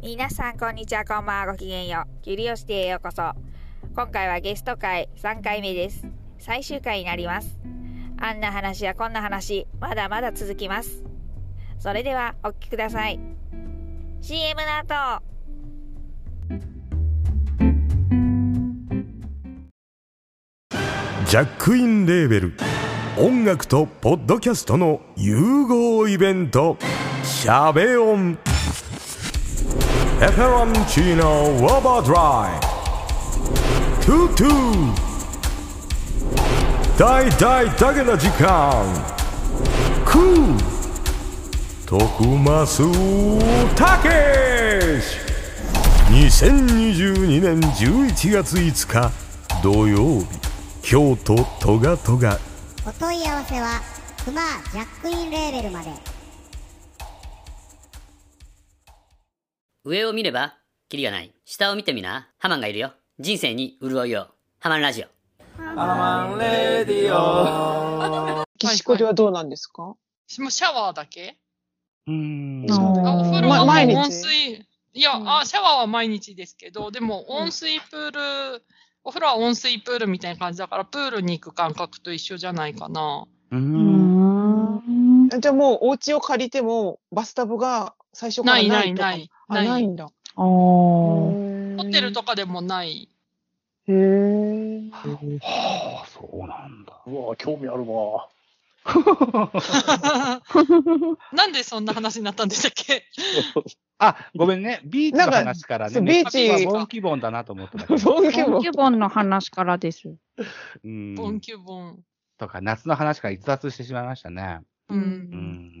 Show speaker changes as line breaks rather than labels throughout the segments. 皆さんこんにちはこんばんはごきげんようキュリオシティへようこそ今回はゲスト会3回目です最終回になりますあんな話やこんな話まだまだ続きますそれではお聞きください CM の後
ジャックインレーベル音楽とポッドキャストの融合イベント「シャベオン」「エフェロンチーノウォーバードライ」「トゥトゥ」「大大だけな時間」「クー」「徳マスたけし」2022年11月5日土曜日京都トガトガ
お問い合わせはクマジャックインレーベルまで
上を見れば、キリがない。下を見てみな。ハマンがいるよ。人生に潤いを。ハマンラジオ。
岸子ではどうなんですか、
もうシャワーだけ
うん。
あお風呂
ま
はもう
毎
温
日。
水。いや、あ、シャワーは毎日ですけど、でも温水プール、お風呂は温水プールみたいな感じだから、プールに行く感覚と一緒じゃないかな。
うん。
じゃあもうお家を借りてもバスタブが最初から
な
ない
い
とか
ないない。
あないんだ。
あ
ホテルとかでもない。
あ。へえ。
はあ、そうなんだ。
うわ、興味あるわ。
なんでそんな話になったんでしたっけ
あ、ごめんね。ビーチの話から
な
ね。
んかそうビーチ
はボンキボンだなと思ってたけ ど。
そうでも
キュボンの話からです。
う
ボン
ん。
キュボン。
とか、夏の話から逸脱してしまいましたね。
う。
うん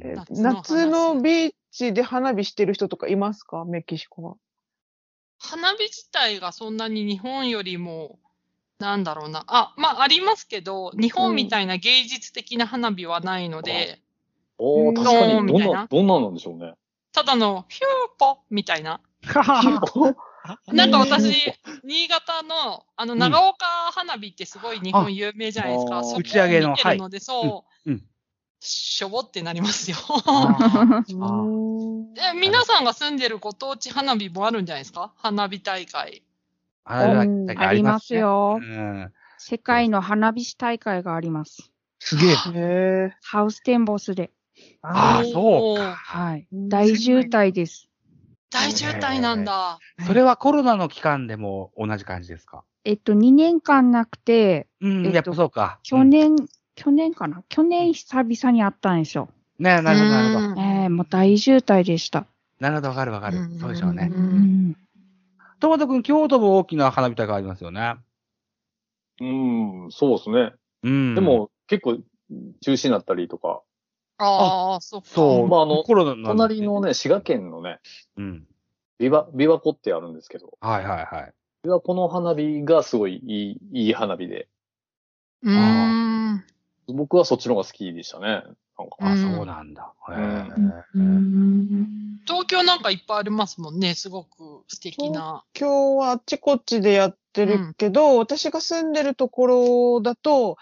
ん。
え夏
夏の話
のビーチで花火してる人とかいますかメキシコは。
花火自体がそんなに日本よりも、なんだろうな。あ、まあ、ありますけど、日本みたいな芸術的な花火はないので、
お
うん
ー、確かに。
どう
ど
み
ん
たい
な
な、
どんなんなんでしょうね。
ただの、ヒューポみたいな。なんか私、新潟の、あの、
ん
長岡花火ってすごい日本有名じゃないです
あ
か。
ー
そこを
打ち上げの
見てるので、そう、
うんうん
しょぼってなります よ。
あ
う
あ
ん
え皆さんが住んでるご当地花火もあるんじゃないですか花火大会。
あれは
あります。よ
う。ん。
世界の花火師大会があります。
すげえ。
へえ。
ハウステンボスで。
ああ、そう
う
か。
はい。大渋滞です。
大渋滞なんだ。
それはコロナの期間でも同じ感じですか
えっと、2年間なくて、
うん
えっ、と
やっぱそうか。
去年、去年かな去年久々にあったんですよ。
うん。ねなるほど、なるほど。
うん
ええもう大渋滞でした。
なるほど、わかるわか
う
る。
ん
そうでしょうね。
う。ん。
トマト君、京都も大きな花火大会ありますよね。
うん、そうですね。
うん。
で、も、結構、中止になったりとか、
ああ、そっか。
そう。
まああの
コロナなんで
隣のね、滋賀県のね、
うん。
琵琶、琵琶湖ってあるんですけど、
はいはいはい。
琵琶湖の花火がすごいいい、いい花火で、
うーん。
僕はそっちの方が好きでしたね。なんか。
あ、
うん
そうなんだ。へ
う
ー
ん
東京なんかいっぱいありますもんね。すごく素敵な。
今日はあっちこっちでやってるけど、私が住んでるところだと、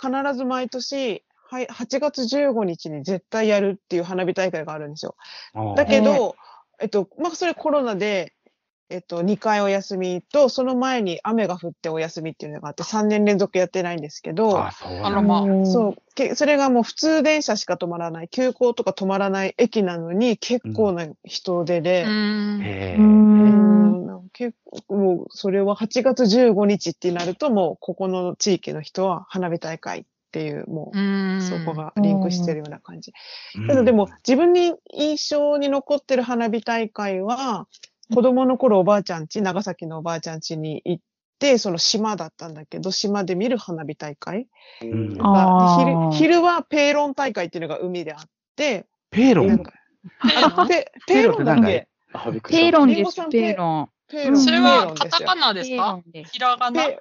必ず毎年、はい、8月15日に絶対やるっていう花火大会があるんですよ。だけど、えっと、まあ、それコロナで、えっと、2回お休みと、その前に雨が降ってお休みっていうのがあって、3年連続やってないんですけど
あ、、そう
あら
なんだ。
まあ。
そう、けそれがもう普通電車しか止まらない、急行とか止まらない駅なのに、結構な人出で
う、ん。
へ
う
ー
ん。
うん結構、もう、それは8月15日ってなると、もう、ここの地域の人は花火大会っていう、もう、
うん。
そこがリンクしてるような感じ。
うん
ただでも、、自分に印象に残ってる花火大会は、子供の頃おばあちゃんち、長崎のおばあちゃんちに行って、その島だったんだけど、島で見る花火大会
うん
あ
がで
ー
昼、昼はペーロン大会っていうのが海であ って、
ペーロ
なん
ン
かあペペーロンだ
ペーロンってなん
っ
だ
け
い
あ、びっくり
ペー
した。
ロン
リ
で
ンゴ
す
さん、
ペーロン。
ペーロン。
それ
ペーロ
は
ン
カ
です
タ
よ
カナです
ペーロ
か
ンです
ひらがな。
ペ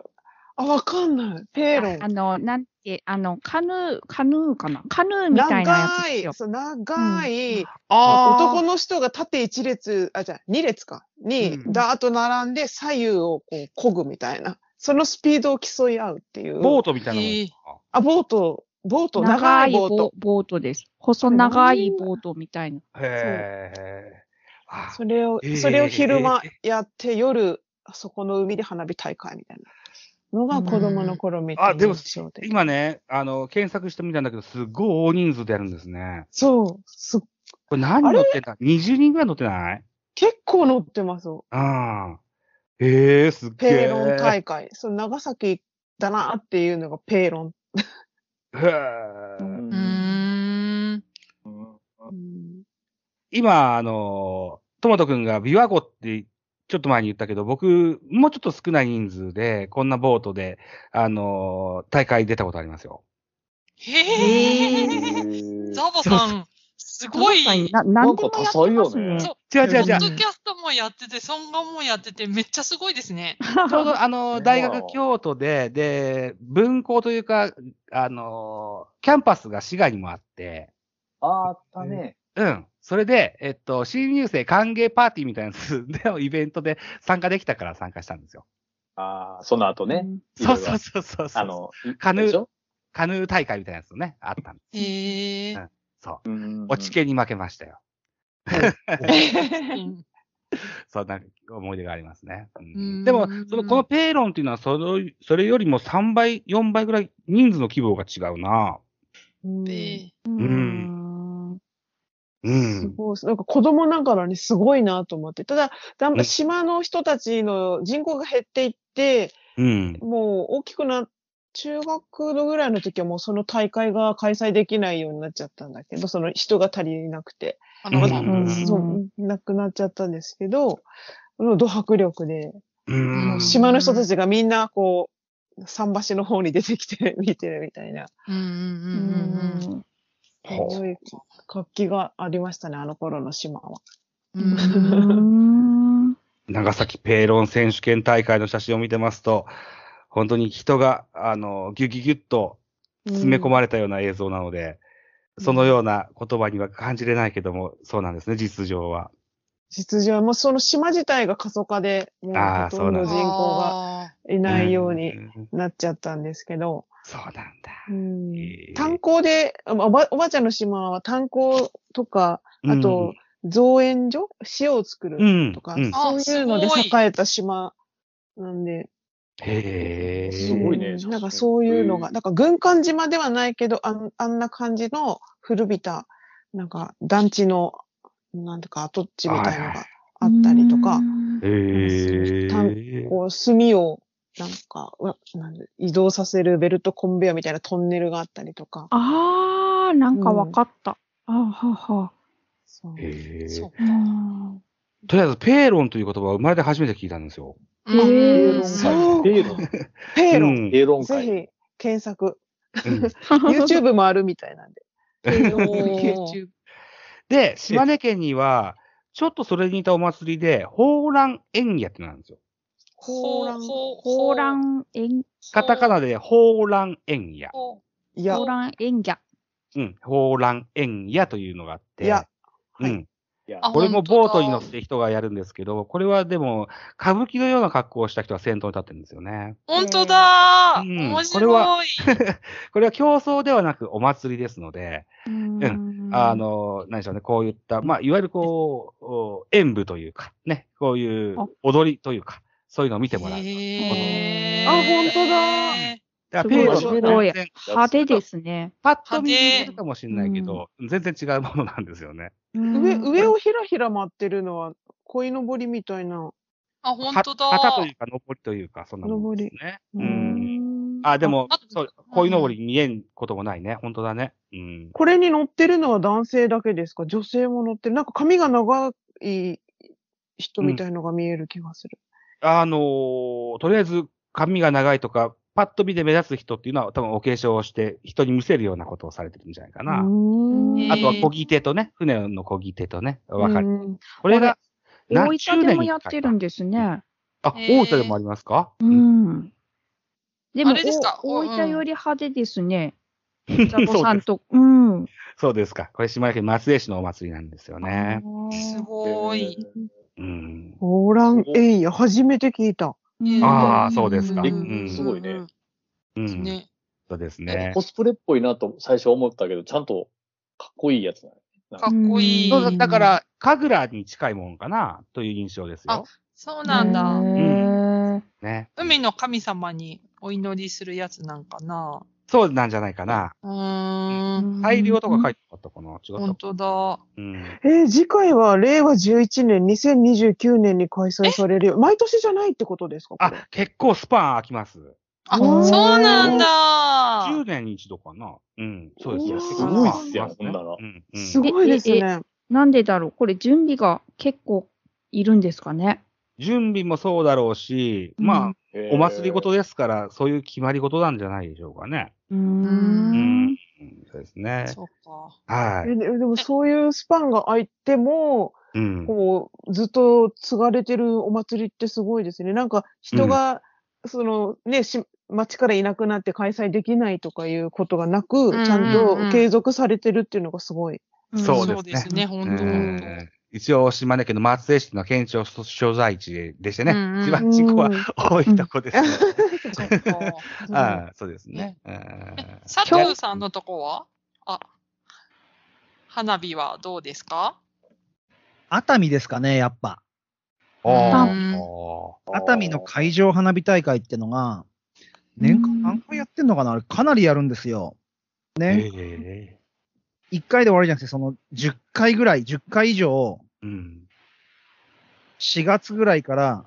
あ、わかんない。ペーロン
あ。の、なんて、あの、カヌー、カヌーかなカヌーみたいなやつ
長
ですよ
い、。そう長い、
うん
あ
あー
男の人が縦一列、あ、じゃあ二列か、に、
うん
だーっと並んで左右をこう、漕ぐみたいな。そのスピードを競い合うっていう。
ボートみたいなもん
ええ
ですか。
あ、ボート、ボート、長いボート。
ボボートです。細長いボートみたいな。
へえ。あ
それを、
えー
それを昼間やって、夜、そこの海で花火大会みたいなのが子供の頃見て
うんあでも
印象で。
今ね、あの、検索してみたんだけど、すっごい大人数でやるんですね。
そう、す
これ何人乗ってた ?20 人ぐらい乗ってない
結構乗ってます。
ああ。ええすっげえ。
ペーロン大会。そう、長崎だなっていうのがペーロン。
へ
う
え。
ん
うーん。
今、あの、トマト君が琵琶湖って、ちょっと前に言ったけど、僕、もうちょっと少ない人数で、こんなボートで、あの、大会出たことありますよ。
へえ。ザボさん、すごい。
ななんでもやってます
なんか多彩よ
ね。
ね
そう。
違う
じ
違う
ゃ
ポ
あ
違
じ
ッ
ゃあ
ド
う。
キャストもやってて、ソンガもやってて、めっちゃすごいですね。
ちょうど、あの、大
まあ
学京都で、で、文校というか、あの、キャンパスが滋賀にもあって、
あったね。
うん。それで、えっと、新入生歓迎パーティーみたいなやつで、イベントで 参加できたから参加したんですよ。
ああ、その後ね。い
そ
ろ
う
いろ
そうそうそうそう。
あ、の、
カヌー
でしょ
カヌー大会みたいなやつね、あったんです。
へえ
うん。そう。
うん
落ち系に負けましたよ。
うん
そんな思い出がありますね。うん
うん
でも、その、このペーロンっていうのは、それそれよりも3倍、4倍ぐらい人数の規模が違うな。
うん
へ
う
う
ん。
んう
す
ん。
ごい。なんか子供ながらにすごいなと思って。ただ、だん
うん
島の人たちの人口が減っていって、
うん。
もう大きくな、中学のぐらいの時はもうその大会が開催できないようになっちゃったんだけど、その人が足りなくて、
あの、
うん
うん
そうなくなっちゃったんですけど、もうド迫力で、
うん。
島の人たちがみんなこう、桟橋の方に出てきて 見てるみたいな、
うん
う
うんうん
ん
すごい活気がありましたね、あの頃の島は。
うん
う。ん。
長崎ペーロン選手権大会の写真を見てますと、本当に人が、あの、ギュギュギュッと詰め込まれたような映像なので、そのような言葉には感じれないけども、そうなんですね、実情は。
実情はもうその島自体が過疎化で、もう
あー
ほとんど
そう
人
なんだ
口が
あ
いないように
ん
なっちゃったんですけど、
そうなんだ。
うん
えー
炭鉱で、あおばおばあちゃんの島は炭鉱とか、あと、造園所塩を作
う
る
ん、
とか、
うん。
そ
あ
ういうのです
ごい
栄えた島なんで、
へえ。
すごいね
うんなんかそういうのが、なんか軍艦島ではないけど、あんあんな感じの古びた、なんか団地の、なんていうか跡地みたいのがあったりとか、
へえ。
こう炭を、なんか、うわなんで移動させるベルトコンベヤみたいなトンネルがあったりとか。
あー、なんかわかった。あはは。
そう
へ
ー
え
そう。
うん
とりあえず、ペーロンという言葉は生まれて初めて聞いたんですよ。
うん
へー
そう
ペーロン。
ペーロ
う
ン、
ん
ペーロン
ぜ
会。
ひ 検索。
うん
YouTube もあるみたいなんで。
おー
YouTube。
で、島根県には、ちょっとそれに似たお祭りで、ホーラン演技やってのがあるんですよ。
ホーラン
ほう
ホーラ。ン演、
カタカナで、ホーラン演技。
ほ
いや
ホー、ラン演技。
うん。ホーラン演技というのがあって。
いや
う
は
ん。
いや
あ
これも
本当だ
ボートに乗って人がやるんですけど、これはでも、歌舞伎のような格好をした人が先頭に立ってるんですよね。
本当だー。
うん
面
これは
白い。
これは競争ではなくお祭りですので、
うん
あ、の、何でしょうね、こういった、まあ、いわゆるこうお、演舞というか、ね、こういう
あ
踊りというか、そういうのを見てもらう。
へー
あ本当だ
だ
す
から
ごい
ペーロン
すごい
全然
派手ですね。
パッと見に似てるかもしれないけど、全然違うものなんですよね。
上、上
を。
をひらひら舞ってるのは、鯉のぼりみたいな。
あ、本当だ。
は旗というか、登りというか、そんなもんですね。う
登り
ん。あ、でも
ああ、
そう
うん、
鯉のぼり見えんこともないね。本当だね。うん。
これに乗ってるのは男性だけですか女性も乗ってる。なんか髪が長い人みたいのが見える気がする。
あのーとりあえず髪が長いとか、パッと見で目立つ人っていうのは多分お化粧をして人に見せるようなことをされてるんじゃないかな。
うーん
あとは漕ぎ手とね、船の漕ぎ手とね、わかる。
うん
これが、
大分でも
に一
や
回
ってるんですね。
あ、
へー
大分でもありますか、
うん。でも、
あれですか
お
うん
大
うん
分より派手ですね。ザボさんと、うん。
そうですか。これ島根県松江市のお祭りなんですよね。
すごい。
うん。
オーランエイヤ、初めて聞いた。
うん
ああ、そうですか。う
え
ん。
すごいね。
うん。
ね。
そうです
え
ね
コ。スプレっぽいなと最初思ったけど、ちゃんとかっこいいやつだね。
かっこいい。
そうだだか、ら、神楽に近いもんかな、という印象ですよ。
そうなん
へ
だ。
ー
ね。
海の神様にお祈りするやつなんかな。
そうなんじゃないかな。
うーん。
大量とか書いてなかったかな。違った
本
か
当だ。
うん。
えー次回は令和11年、2029年に開催されるよ。毎年じゃないってことですかこれ
あ、結構スパン空きます。
あ、
おー
そうなんだ
10。年に一度かな。うん。そうです
いや
ね
すごいっ
すよ
まあ
そんなの
うん。うん
すごいです
え
ね。
なんでだろうこれ準備が結構いるんですかね。
準備もそうだろうし、
うん
まあ、
へー
お祭り事ですから、そういう決まり事なんじゃないでしょうかね。
うー
うんん。そうですね。
そうか。
は
え
い。
ででもそういうスパンが空いても、
うん。
こう、ずっと継がれてるお祭りってすごいですね。なんか人が、そのね、し、町からいなくなって開催できないとかいうことがなく、
んうんうん
ちゃんと継続されてるっていうのがすごい。
そう
そう
で
ですすね
ね。う
本当
ん一応、島根県の松江市の県庁所在地でしてね、
うんうん
一番人口は
うん
多いとこですね。
そっか。
ああそうですね。うん
佐藤さんのとこはあ、花火はどうですか
熱海ですかね、やっぱ。
おー
うん
お
熱海の海上花火大会ってのが、年間何回やってんのかなあれかなりやるんですよ。
ー。
ね。
ええ
1回で終わりじゃなくて、その10回ぐらい、10回以上、
うん。
4月ぐらいから、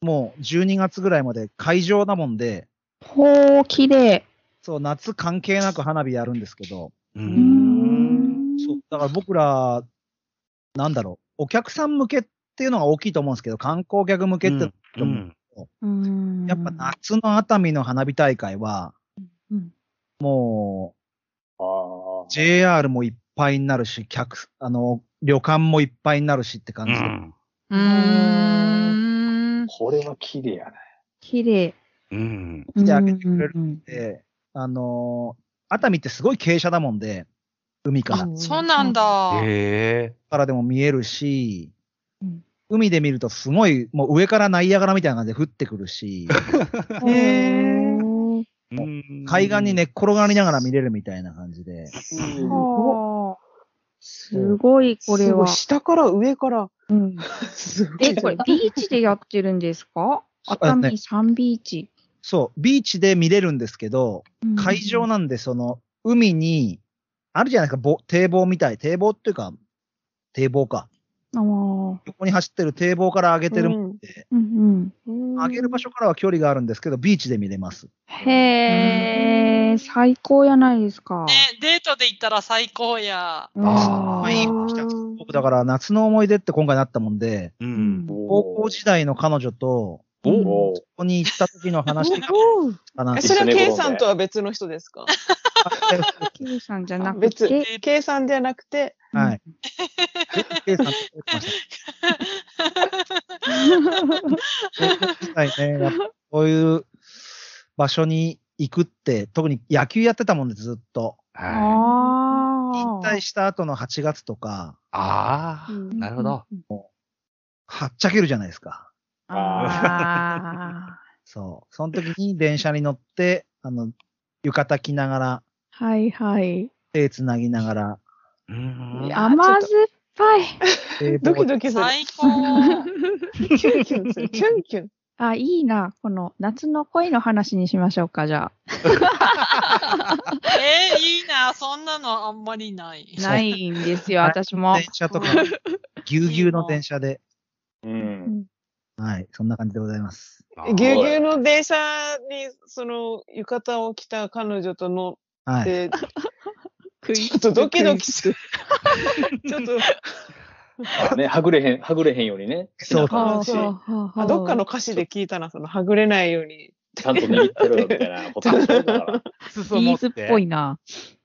もう12月ぐらいまで会場なもんで、
ほう、綺麗。
そう、夏関係なく花火やるんですけど、
う。
うんん。
そう、だから僕ら、なんだろう、お客さん向けっていうのが大きいと思うんですけど、観光客向けって、
うん
うん
やっぱ。夏の熱海の花火大会は、
うん
も
あ
う
ー
JR もいっぱいになるし、客、あの、旅館もいっぱいになるしって感
う
じで、
ん。
うーん。
これは綺麗やね。
綺麗。
うん。
来てあげてくれる
うんうん
であの、熱海ってすごい傾斜だもんで、海から。
そうなんだ。
ええ
からでも見えるし、
うん
海で見るとすごい、もう上からナイアガラみたいな感じで降ってくるし、
うん。へ
うん
海岸に寝っ転がりながら見れるみたいな感じで、
ーはあ。すごい、これ
すごい
は。
下から上から。
うん
すごい
え、これ、ビーチでやってるんですか
そう
熱海サンビーチ。
そう、ビーチで見れるんですけど、
うん
会場なんで、その、海に、あるじゃないですか、ぼ堤防みたい。堤防っていうか、堤防か。
ああ。うん
横に走ってる堤防から上げてる、
うん。
上げる場所からは距離があるんですけど、ビーチで見れます。
へえ、最高やないですか。
ね、デートで行ったら最高や。
うん
あ
いい僕、だから夏の思い出って今回なったもんで、
うん。
高校時代の彼女と、
おー
ここに行った時の話かな
え
って
それは K さんとは別の人ですか
キムさんじゃなく
別
て、。
K さんではなくて、
はい。K さんと言ってました。高校時代ね、やっぱこういう場所に行くって、特に野球やってたもんで、ずっと。
はい。
引
ああ
退。した後の8月とか、
ああ、なるほど。
うん。
はっちゃけるじゃないですか。
ああ。
そう。その時に電車に乗って、あの、浴衣着ながら、
はいはい。
手つなぎながら、
うん
や
甘酸っぱい。
堤防
ドキドキする。
最高。
キュンキュンする。キュンキュン。
あ、いいな。この夏の恋の話にしましょうか、じゃ
えー、いいな。そんなのあんまりない
あ。。ないんですよ、
はい
私も
電。車とか、ぎゅうぎゅうの電車で、
うん。
はい、そんな感じでございます。
ぎゅうぎゅうの電車に、その、浴衣を着た彼女と乗
は
っ
い。
て、
クイ
ちょっとドキドキ する。ちょっと、
まあね、はぐれへん、はぐれへんようにね。
そう
ちゃ
ほ
ん
う
と
ほうほうほ
あ
う
どっかの歌詞で聞いたな、その、はぐれないように。
ちゃんと握ってろよ、みたいなことだったから。
裾
ビ
持
ー
て
ズっぽいな。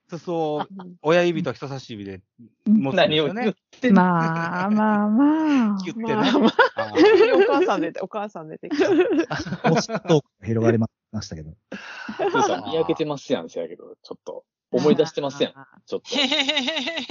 裾を親指と人差し指で持つんです
何を
よ
言っ
ね。
てんの
まあまあまあ。
ギュってね。
ま あまあ、
あ
お母さん出て、お母さん出てきた。
もうちょっと広がりましたけど。
そう さん、見上げてますやん、せやけど、ちょっと。思い出してますやん、ちょっと。
へへへへへ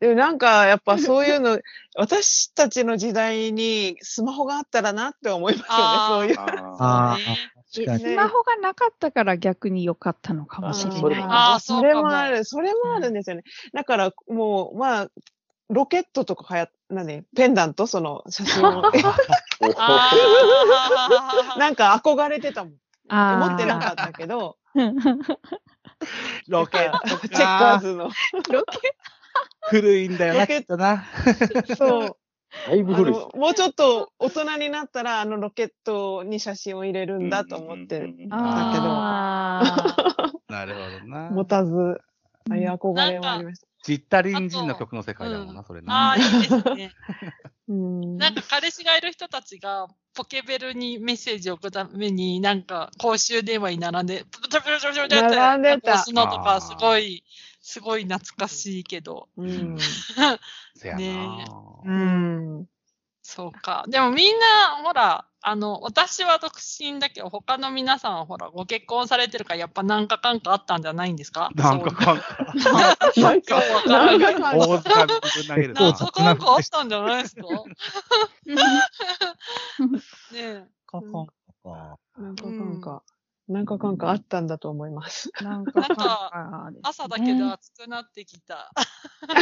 でもなんか、やっぱそういうの、私たちの時代にスマホがあったらなって思います
あ
よね、そういう。
あ。
あ
ね
ーあ、確かに。
スマホがなかったから逆に良かったのかもしれ
あそれも
ない。
あーそ
そう
か
れ
も
もある、それもあるんですよね。だから、もう、まあ、ロケットとかはや、何ペンダントその写真 を。
お
あー
なんか憧れてたもん。
あ
持ってなかったけど、
た。
ロケッ
チ
ト
ェッカー
か。
ズの。
古いんだよな、きっとな。
そう。
だいぶ
あ
古いっ
の、もうちょっと大人になったら、あのロケットに写真を入れる
す
んだと思って、
うんうんうんうん
ああ。
なるほどな。
持たず、ああいう憧れはありました。
ジッタリン人の曲の世界だもんな、それ
あ
な。
ー、いいですね。
うん。
なんか彼氏がいる人たちが、ポケベルにメッセージを送るために、なんか公衆電話に並んで、プルプルプルプルプルって、
並んでた
押すのとか、すごい、すごい懐かしいけど。
うん。
せや
ね
な。
うん。
そうか。でもみんな、ほら、あの、私は独身だけど、他の皆さんはほら、ご結婚されてるから、やっぱ何かかんかあったんじゃないんですか
なんか
そう
かんか、
なんか、なんかさ
大塚にぶん投げる
なん
な。
かかんかあったんじゃないですかねえ。
カカンカカ
なんかかんか、なんかかんかあったんだと思います。
なんか
なんか朝だけで暑くなって きた。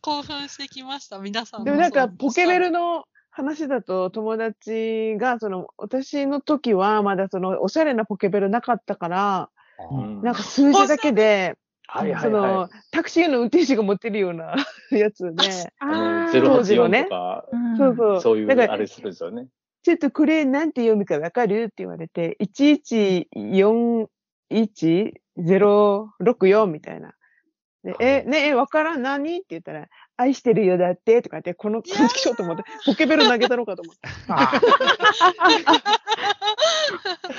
興奮してきました、皆さん。
でもなんか、ポケベルの話だと、友達が、その、私の時は、まだその、おしゃれなポケベルなかったから、
うん
なんか数字だけで、
はいは
そ
い
の、
は
タクシーの運転手が持ってるようなやつで、
い。うん
当時のね
084とか、
そうそう。
そういう
だか
あ
ら
れ、するんですよね。
ちょっとこれなんて読むかわかるって言われて、1141064みたいな。でえ、ねえ、わからん何って言ったら、愛してるよだってとか言って、この感じきしょうと思って、ポケベル投げたのかと思って。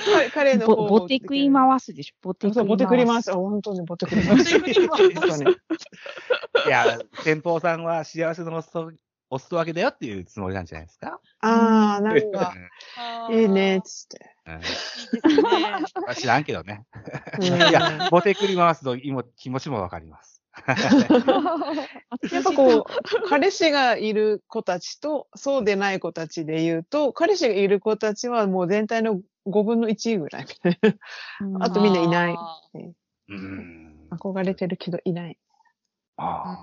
彼彼の方
ボボテクイ回すでしょ。ボテクイ
そう、ボテクリ回
回
す。
す
あ、。本当にボテクリ回す。本当に
いや、先方さんは幸せのおすそおすそ分けだよっていうつもりなんじゃないですか。
あー、なん か、いいね、つって。
うんうん
いいですね。
まあ知らんけどね。
うん
いや、ボテクリ回すの今気持ちもわかります。
やっぱこう、彼氏がいる子たちと、そうでない子たちで言うと、彼氏がいる子たちはもう全体の5分の1ぐらい。
うん
あとみんないない
あ
うん。
憧れてるけどいない。
ー
あ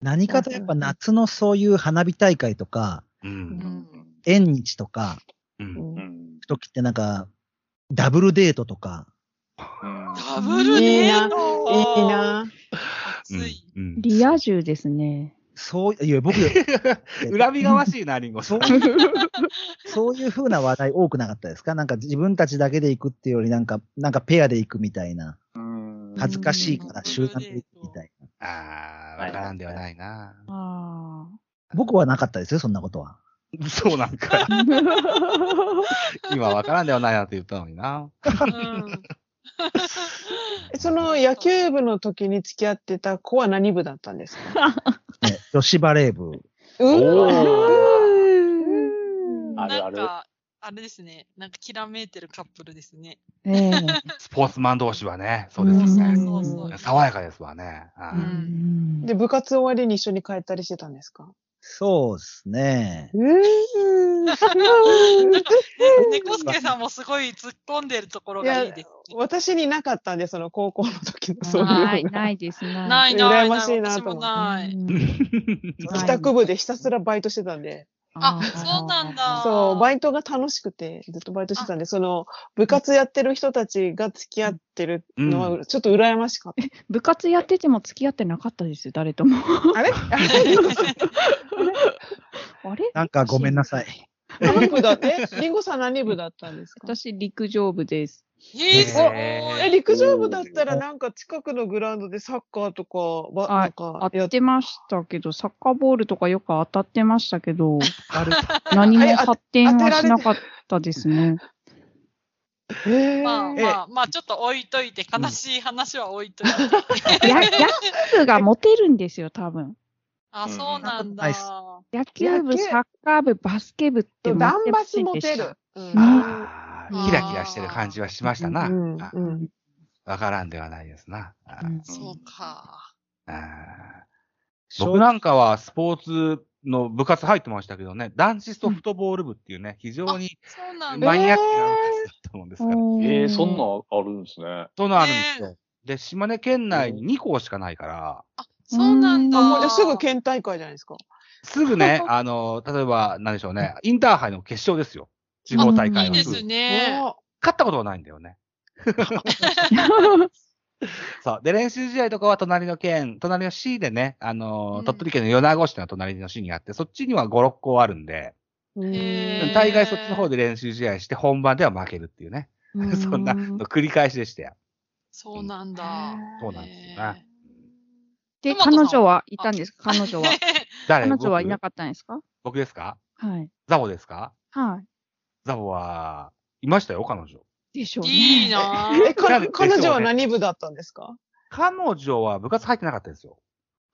何かとやっぱ夏のそういう花火大会とか、
ーう。
うんん
縁日とか、
う。
うんん
うん。
時ってなんか、ダブルデートとか、
うん
ダブルデート
いい。 な。
熱い。
うん。
リア充ですね。
そう、いや、僕、
恨みがましいな、リンゴ
そ
さ
う。
ん
そういう風な話題多くなかったですかなんか自分たちだけで行くっていうより、なんか、なんかペアで行くみたいな。
うん
恥ずかしいから
うん
集団で行くみたいな。
ああ、わからんではないな。
あ
僕はなかったですよ、そんなことは。
そうなんか。今わからんではないなって言ったのにな。
うん
その野球部の時に付き合ってた子は何部だったんですか
ね、女子バレー部。
う
お
ん
ー
な
あるあ
ん
る。
か、あれですね。なんか、きらめいてるカップルですね。
あ。 ええ。
スポーツマン同士はね、そうです
そう
ね。
そうそう。
爽やかですわね。あ
う
ー
ん
で、部活終わりに一緒に帰ったりしてたんですか
そうですね。
うん。
猫助さんもすごい突っ込んでるところ
い
が
や
いいですね。
私になかったんで、その高校の時のそういうのが
ない、ないです、ない。
ないな
羨
いない。
ましいな
私
と思
も
って
な
ない。
い。
帰宅部でひたすらバイトしてたんで、
あ、そうなんだ。
そう、バ
イ
イトが楽しくて、ずっとバイトしてたんで、その、部活やってる人たちが付き合ってるの
う
は、ちょっと羨ましかっ
部活やってても付き合ってなかったですよ、誰とも。
た。あれ あれ
あれ
なんかごめんなさい。
何部だってリンゴさん何部だったんですか
私、陸上部です。
えー、すご
へ
え、
い。
陸上部だったらなんか近くのグラウンドでサッカーとか、ば、
あ
なんか
当てましたけど、サッカーボールとかよく当たってましたけど、
ある
何も
えあ
発展はしなかったですね。
え
まあ
ー、
まあ、まあ、ちょっと置いといて、悲しい話は置いといて。
や野球部がモテるんですよ、多分。
あ、そうなんだ。
ナイス
野球部、
野球
サッカー部、バスケ部って
え
モテ
ダンバ
ま
ス
せん
モ
で
テ
した
る。。うん
あ
う
あ、
ん
キラキラしてる感じはしましたな。
うん
あ
うん
わからんではないですな。あー
うん
そうか。
あー僕なんかはスポーツの部活入ってましたけどね、男子ソフトボール部っていうね、非常に
そうなんだ。
マニアックな部活だったもんですから。
ええ
え
そんなんあるんですね。
そんなのあるんですよ。で、島根県内に2校しかないから、
そうなん
あもうじゃあ
だ。
すぐ県大会じゃないですか。
すぐね、あの、例えば、何でしょうね、インターハイの決勝ですよ。地方大
い
会
い
は
です
ぐ。
す
勝
ね。
おー
ったことがないんだよね。そう。で、練習試合とかは隣の県、隣の市でね、あの
う
ー、
ん
鳥取県の米子市の隣の市にあって、そっちには5、6校あるんで、
へー
大概そっちの方で練習試合して、本番では負けるっていうね。 そんなの繰り返しでしたよ。
そうなんだ。
そうなんですよね。
で、
トマト
彼
さん
女はいたんですか彼女は。
誰
彼女はいな
僕
かったんですか
僕ですか
はい。
ザボですか
は
ザボは、いましたよ、彼女。
い。でしょう
い
ね。
いな
え、か彼女は
でしょうね
何部だったんですか
彼女は部活入ってなかったですよ。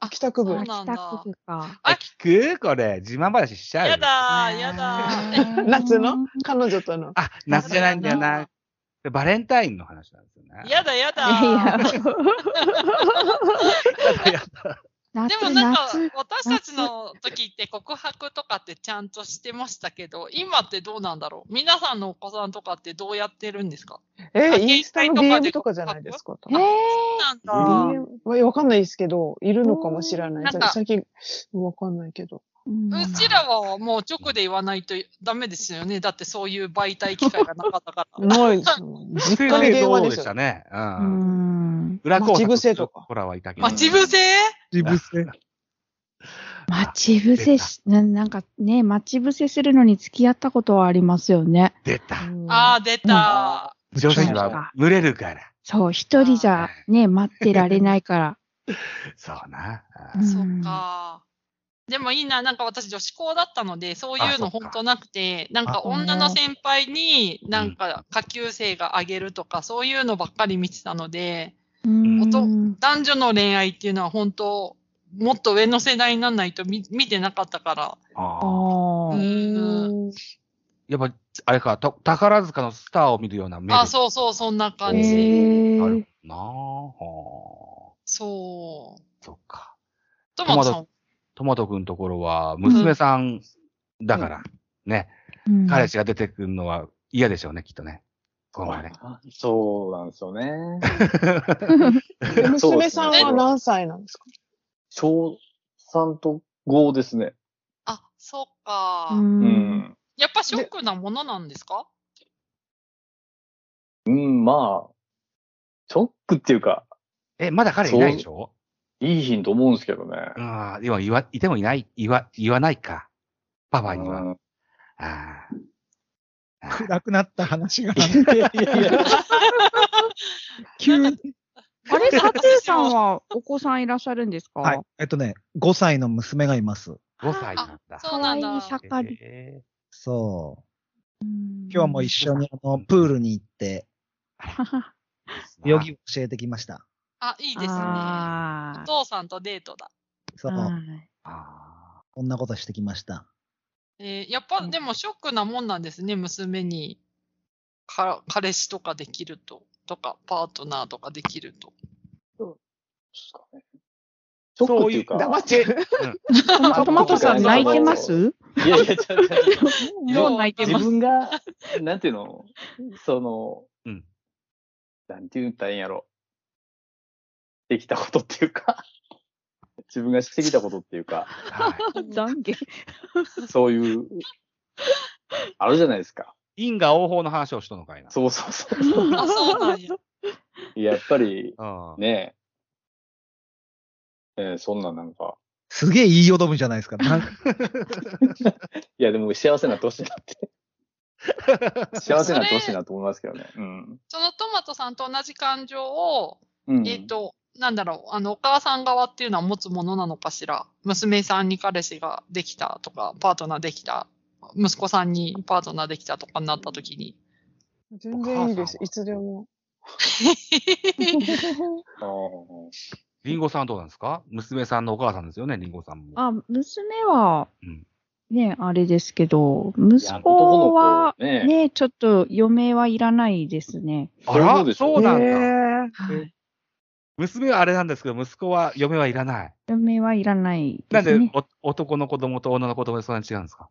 あ、帰宅
あ
部。
そうなんだ
帰宅部か。
あ
え聞くこれ、自慢話しちゃう。
やだー、やだー。
夏の彼女との。
あ、夏じゃないんだよ
や
な。でバレンタインの話なんですよね。
やだ、
い
や
やいや
だ。。
夏
でもなんか
夏、
私たちの時って告白とかってちゃんとしてましたけど、今ってどうなんだろう皆さんのお子さんとかってどうやってるんですか
え、
あ
インスタの
携帯とか
DM とかじ
で
ゃないですか。
えー
なんだ。
DM わわかんないですけど、いるのかもしれな
ないんか。
最近、わかんないけど。
うん
うちらはもう直で言わないとダメですよね。だってそういう媒体機会がなかったから。
ないですもん。
実
実家に電話
で
ですよ
した。ね。う。
うんん。
裏工
待
作
ち伏せとか
ホラーはいたけど。
待ち伏せ
自分 で。
待ち伏せし、ななんかね、待ち伏せするのに付き合ったことはありますよね。
出た。
ああ、出た。
女子
そう
は
か
群れるから。
そう、一人じゃね、待ってられないから。
そうな。
うん
そっか。でもいいな、なんか私女子校だったので、そういうの
あそ
本
っか
当なくて、なん
あ
か女の先輩になんか下級生があげるとか、そういうのばっかり見てたので、
うん
おと男女の恋愛っていうのは本当、もっと上の世代にならないと見見てなかったから。
あー
ああ。
ん
やっぱ、あれか、と宝塚のスターを見るような目で。
あ、そうそう、そんな感
へ
じ。
え
な
ー
るほどな。は
そう。
あ。そっか。
トマトさんは
トマトくんところは、娘さんだから、ね。
うん
彼氏が出てくるのは嫌でしょうね、きっとね。この前ね。
あそうなんですよね。
娘さんは何歳なんですか
小3と5ですね。
あ、そうか。
う
うん
ん。
やっぱショックなものなんですか
うん、まあ、ショックっていうか、
え、まだ彼いないでしょ
いい品と思うんですけどね。
ああ、今言わ、いてもいない、言わ、言わないか。パパには。ああ。あ
暗くなった話が。
うんいやいやいや。
急に。
あ れ、サトゥーさ んはお子さんいらっしゃるんですか
はい。えっとね、5歳の娘がいます。
あ、5歳なんだ。
そうなん
可愛い
だ。
盛り。
え
そう。
今
今日はもう一緒にあの、プールに行って、
ー
ヨギを教えてきました。
あ、いいですね。
あ
お父さんとデートだ。
そう。
あ
こんなことしてきました。
えーやっぱ、でもショックなもんなんですね、娘に。か彼氏とかできると。とか、パートナーとかできると。
ショックっていうか。
黙ってる。
ートマトさん泣いてます
いやいや、ちょっと
もう泣いてま
自
す。
分が、なんていうの、その、
うん
なんて言ったらいいんやろ。できたことっていうか、自分がしてきたことっていうか、
あ。はい。
懺悔。
そういう、あるじゃないですか。
因果応報の話をしとんのかいな。
そうそ うそう。
あ、そうなんや。
やっぱり、
うん。
ねえ、えーそんななんか、
すげえ言いよどむじゃないですか。なんか
いやでも幸せになってほしいなって。幸せになってほしいなと思いますけどね。うん。
そのトマトさんと同じ感情を、
うん、
えっ、と、なんだろう、あの、お母さん側っていうのは持つものなのかしら。娘さんに彼氏ができたとか、パートナーできた、息子さんにパートナーできたとかになった時に。
全然いいです。いつでも。
リンゴさんはどうなんですか娘さんのお母さんですよね、リンゴさんも。
あ、娘は、ね、あれですけど、息子は、
いや男の子ね
ね、ちょっと余命はいらないですね。
あら、そうなんだ。
はい
娘はあれなんですけど、息子は嫁はいらない。
余命はいらない
な
で
ん
す
で
ね。
お男の子供と女の子供でそんなに違うんですか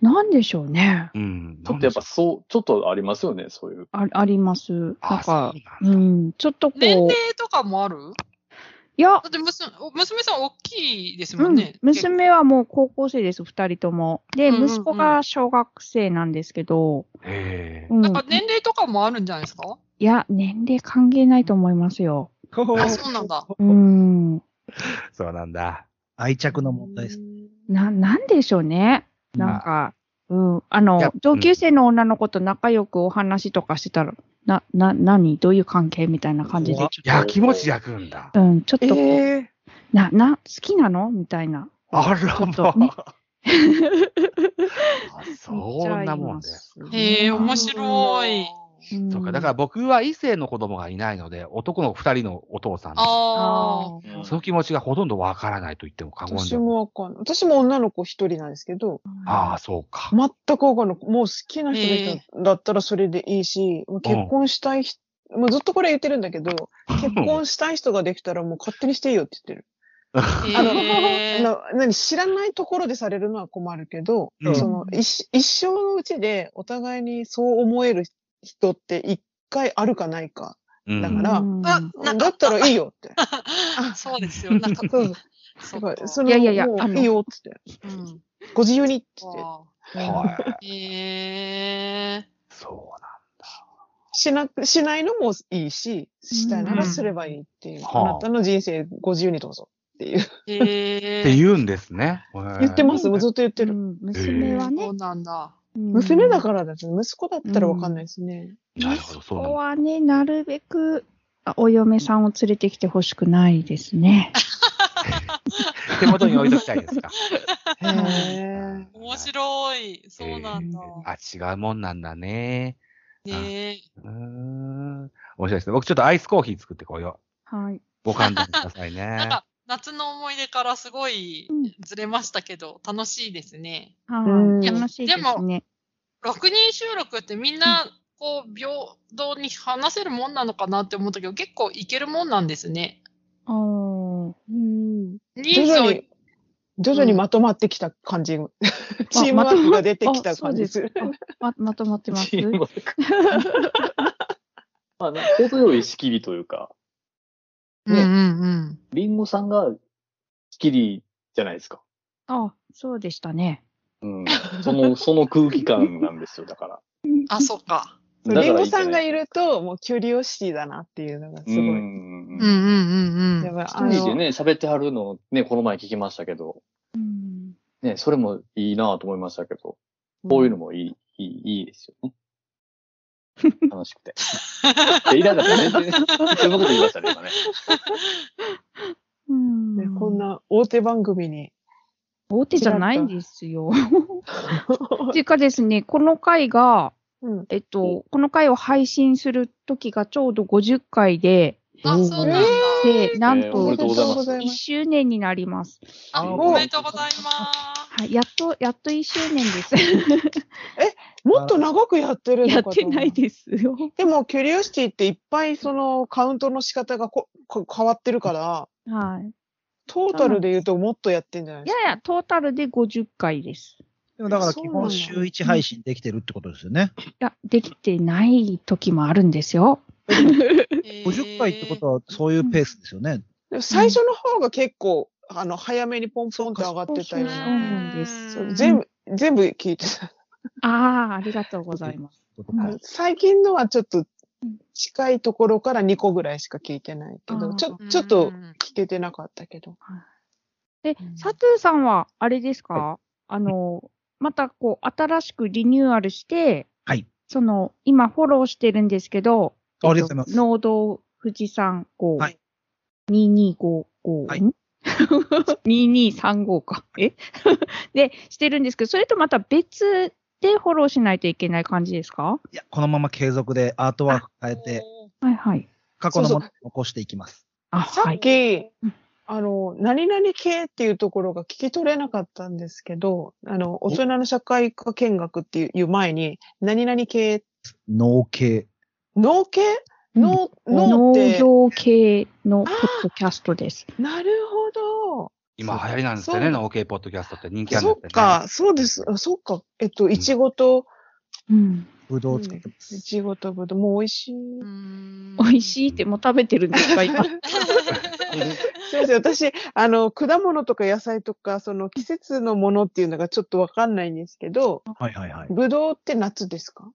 なんでしょうね。
うん。
ちょっとやっぱそう、ちょっとありますよね、そういう。
ああります。なんか、うん、ちょっとこう。
年齢とかもある
いや、
だって娘娘さん大きいですも
うんん
ね。、
娘はもう高校生です、二人とも。で、
うんうんうん
息子が小学生なんですけど、
へ
うん、
なんか年齢とかもあるんじゃないですか
いや、年齢関係ないと思いますよ。
あ、そうなんだ。
うん。
そうなんだ。
愛着の問題です。
な、なんでしょうね。なんか、うん。あの、同級生の女の子と仲良くお話とかしてたら、な、な、何どういう関係みたいな感じで、ちょっ
やきもち焼くんだ。
と、うん、ちょっとこう、な、な、好きなのみたいな。
あら、まあ。そんなも んで。
へえ、面白い。
そうか、だから僕は異性の子供がいないので、男の二人のお父さんで
あ
あ。
その気持ちがほとんどわからないと言っても過言
私
じゃない。
もわかんない。私も女の子一人なんですけど、
ああ、そうか。
全くわかんない。もう好きな人がいた
へ
だったらそれでいいし、もう結婚したい人、もうずっとこれ言ってるんだけ ど、結婚したい人ができたらもう勝手にしていいよって言ってる。あの、
へー
あの何知らないところでされるのは困るけど、
うん
その一一生のうちでお互いにそう思える人って一回あるかないか。
うん
だから、
あ
だったらいいよって。
そうですよ。なんか、
そう
そ
だ
っ
から
か
その
いやいやいや
もう
あの
いいよって
うん
って。ご自由にって言って。
わ
は
あへえ。
そうな
しな、しないのもいいし、したいならすればいいっていう。
はあ
あなたの人生ご自由にどうぞっていう。
へ
っ
え。
て言うんですね。
言ってます。もうずっ
っ
と言ってる。
うん娘はね
そ、うなんだ。
娘だからですね。息子だったらわかんないですね。
なるほど、そう
こ
な
こ
んだ。
はね、なるべく、あお嫁さんを連れてきてほしくないですね。
手元に置いときたいですか。
へえ。
面白い。そうなんだ。
あ、違うもんなんだね。
ねえ。
うーん。面白いですね。僕ちょっとアイスコーヒー作ってこよ
はい。
う。ご勘弁ください
なん
ね。
か、夏の思い出からすごいずれましたけど、楽しいですね。
はいい。
や
楽しいですね。
6人収録ってみんな、こう、平等に話せるもんなのかなって思ったけど、結構いけるもんなんですね。
あー
うん
人
徐
数
々
を
に、徐々にまとまってきた感じ。 チームワークが出てきた感じする。
あそうですあままとまってます。
チームワーク。 まあね、程よい仕切りというか、
うんうんうん。
リンゴさんが仕切りじゃないですか。
あ、そうでしたね。
うん。その、その空気感なんですよ、だから。
あ、そっか。
だから
リンゴさんが
い
いると、もうキュリオシティだなっていうのがすご
いじゃ
い
ない。うんうん
うんうんうんう
や
ん。
ばいあ
うん。一人で
の
ね、喋ってはるのをね、この前聞きましたけど、
うん
ね、それもいいなと思いましたけど、こういうのもいい、いい、いいですよね。楽しくて。いや、いらなかった。全然、普通のこと言いましたね、今ね。
うん
ねこんな大手番組に。
大手じゃないんです よ。っていうかですね、この回が、
うん
えっと、この回を配信する時がちょうど50回で、
あ、そうなんだ。
で、なん
えーおめ
と
でとうございます。
1周年になります。
あ、
うん
おめでとうございます。
はい、やっと、やっと1周年です。
もっと長くやってるの
や
か
っ
と思う
てないですよ。
でも、キュリオシティっていっぱいそのカウントの仕方がここ変わってるから、
はい。
トータルで言うともっとやってんじゃない
い
です
やいや、トータルで50回です。
でもだから基本週1配信できてるってことですよね。
いや、できてない時もあるんですよ。
50回ってことはそういうペースですよね。
か。最初の方が結構、あの、早めにポンポンと上がってたよう
そう
な。
なんです。
そう全部、全部聞いてた。
ああ、ありがとうございます。うん
最近のはちょっと近いところから2個ぐらいしか聞いてないけ
あー
ど、ちょ、ちょっと聞けてなかったけど。
で、佐藤さんは、あれですか、あの、またこう、新しくリニューアルして、
はい。
その、今フォローしてるんですけど、
ありがとうございます。
農道富士山号、
はい
2255、
はい
ん 2235か。えで、してるんですけど、それとまた別でフォローしないといけない感じですか
いや、このまま継続でアートワーク変えて、
はいはい。
過去の
そ
も
う
のを残していきます。
あ、
さ
は
っ
い。
き、あの、何々系っていうところが聞き取れなかったんですけど、あの、大人の社会科見学っていう前に、何々系、
農系。
脳系
うん
脳、脳
農
って。
業系のポッドキャストです。
なるほ
今流行りなんですよ
そ
ね、
う
の OK ポッドキャストって人気
ど。
な
そ
んです
っ
よね。
か、そうです。あそっか。えっと、いちごと、
うん。
ぶどうをつ
う
け
ん
てます。
いちごとぶどう、もう美味しい。
美味
い。
しいってもう食べてるんですか、今。
すいません。私、あの、果物とか野菜とか、その季節のものっていうのがちょっとわかんないんですけど、
はいはいはい。
ぶどうって夏ですか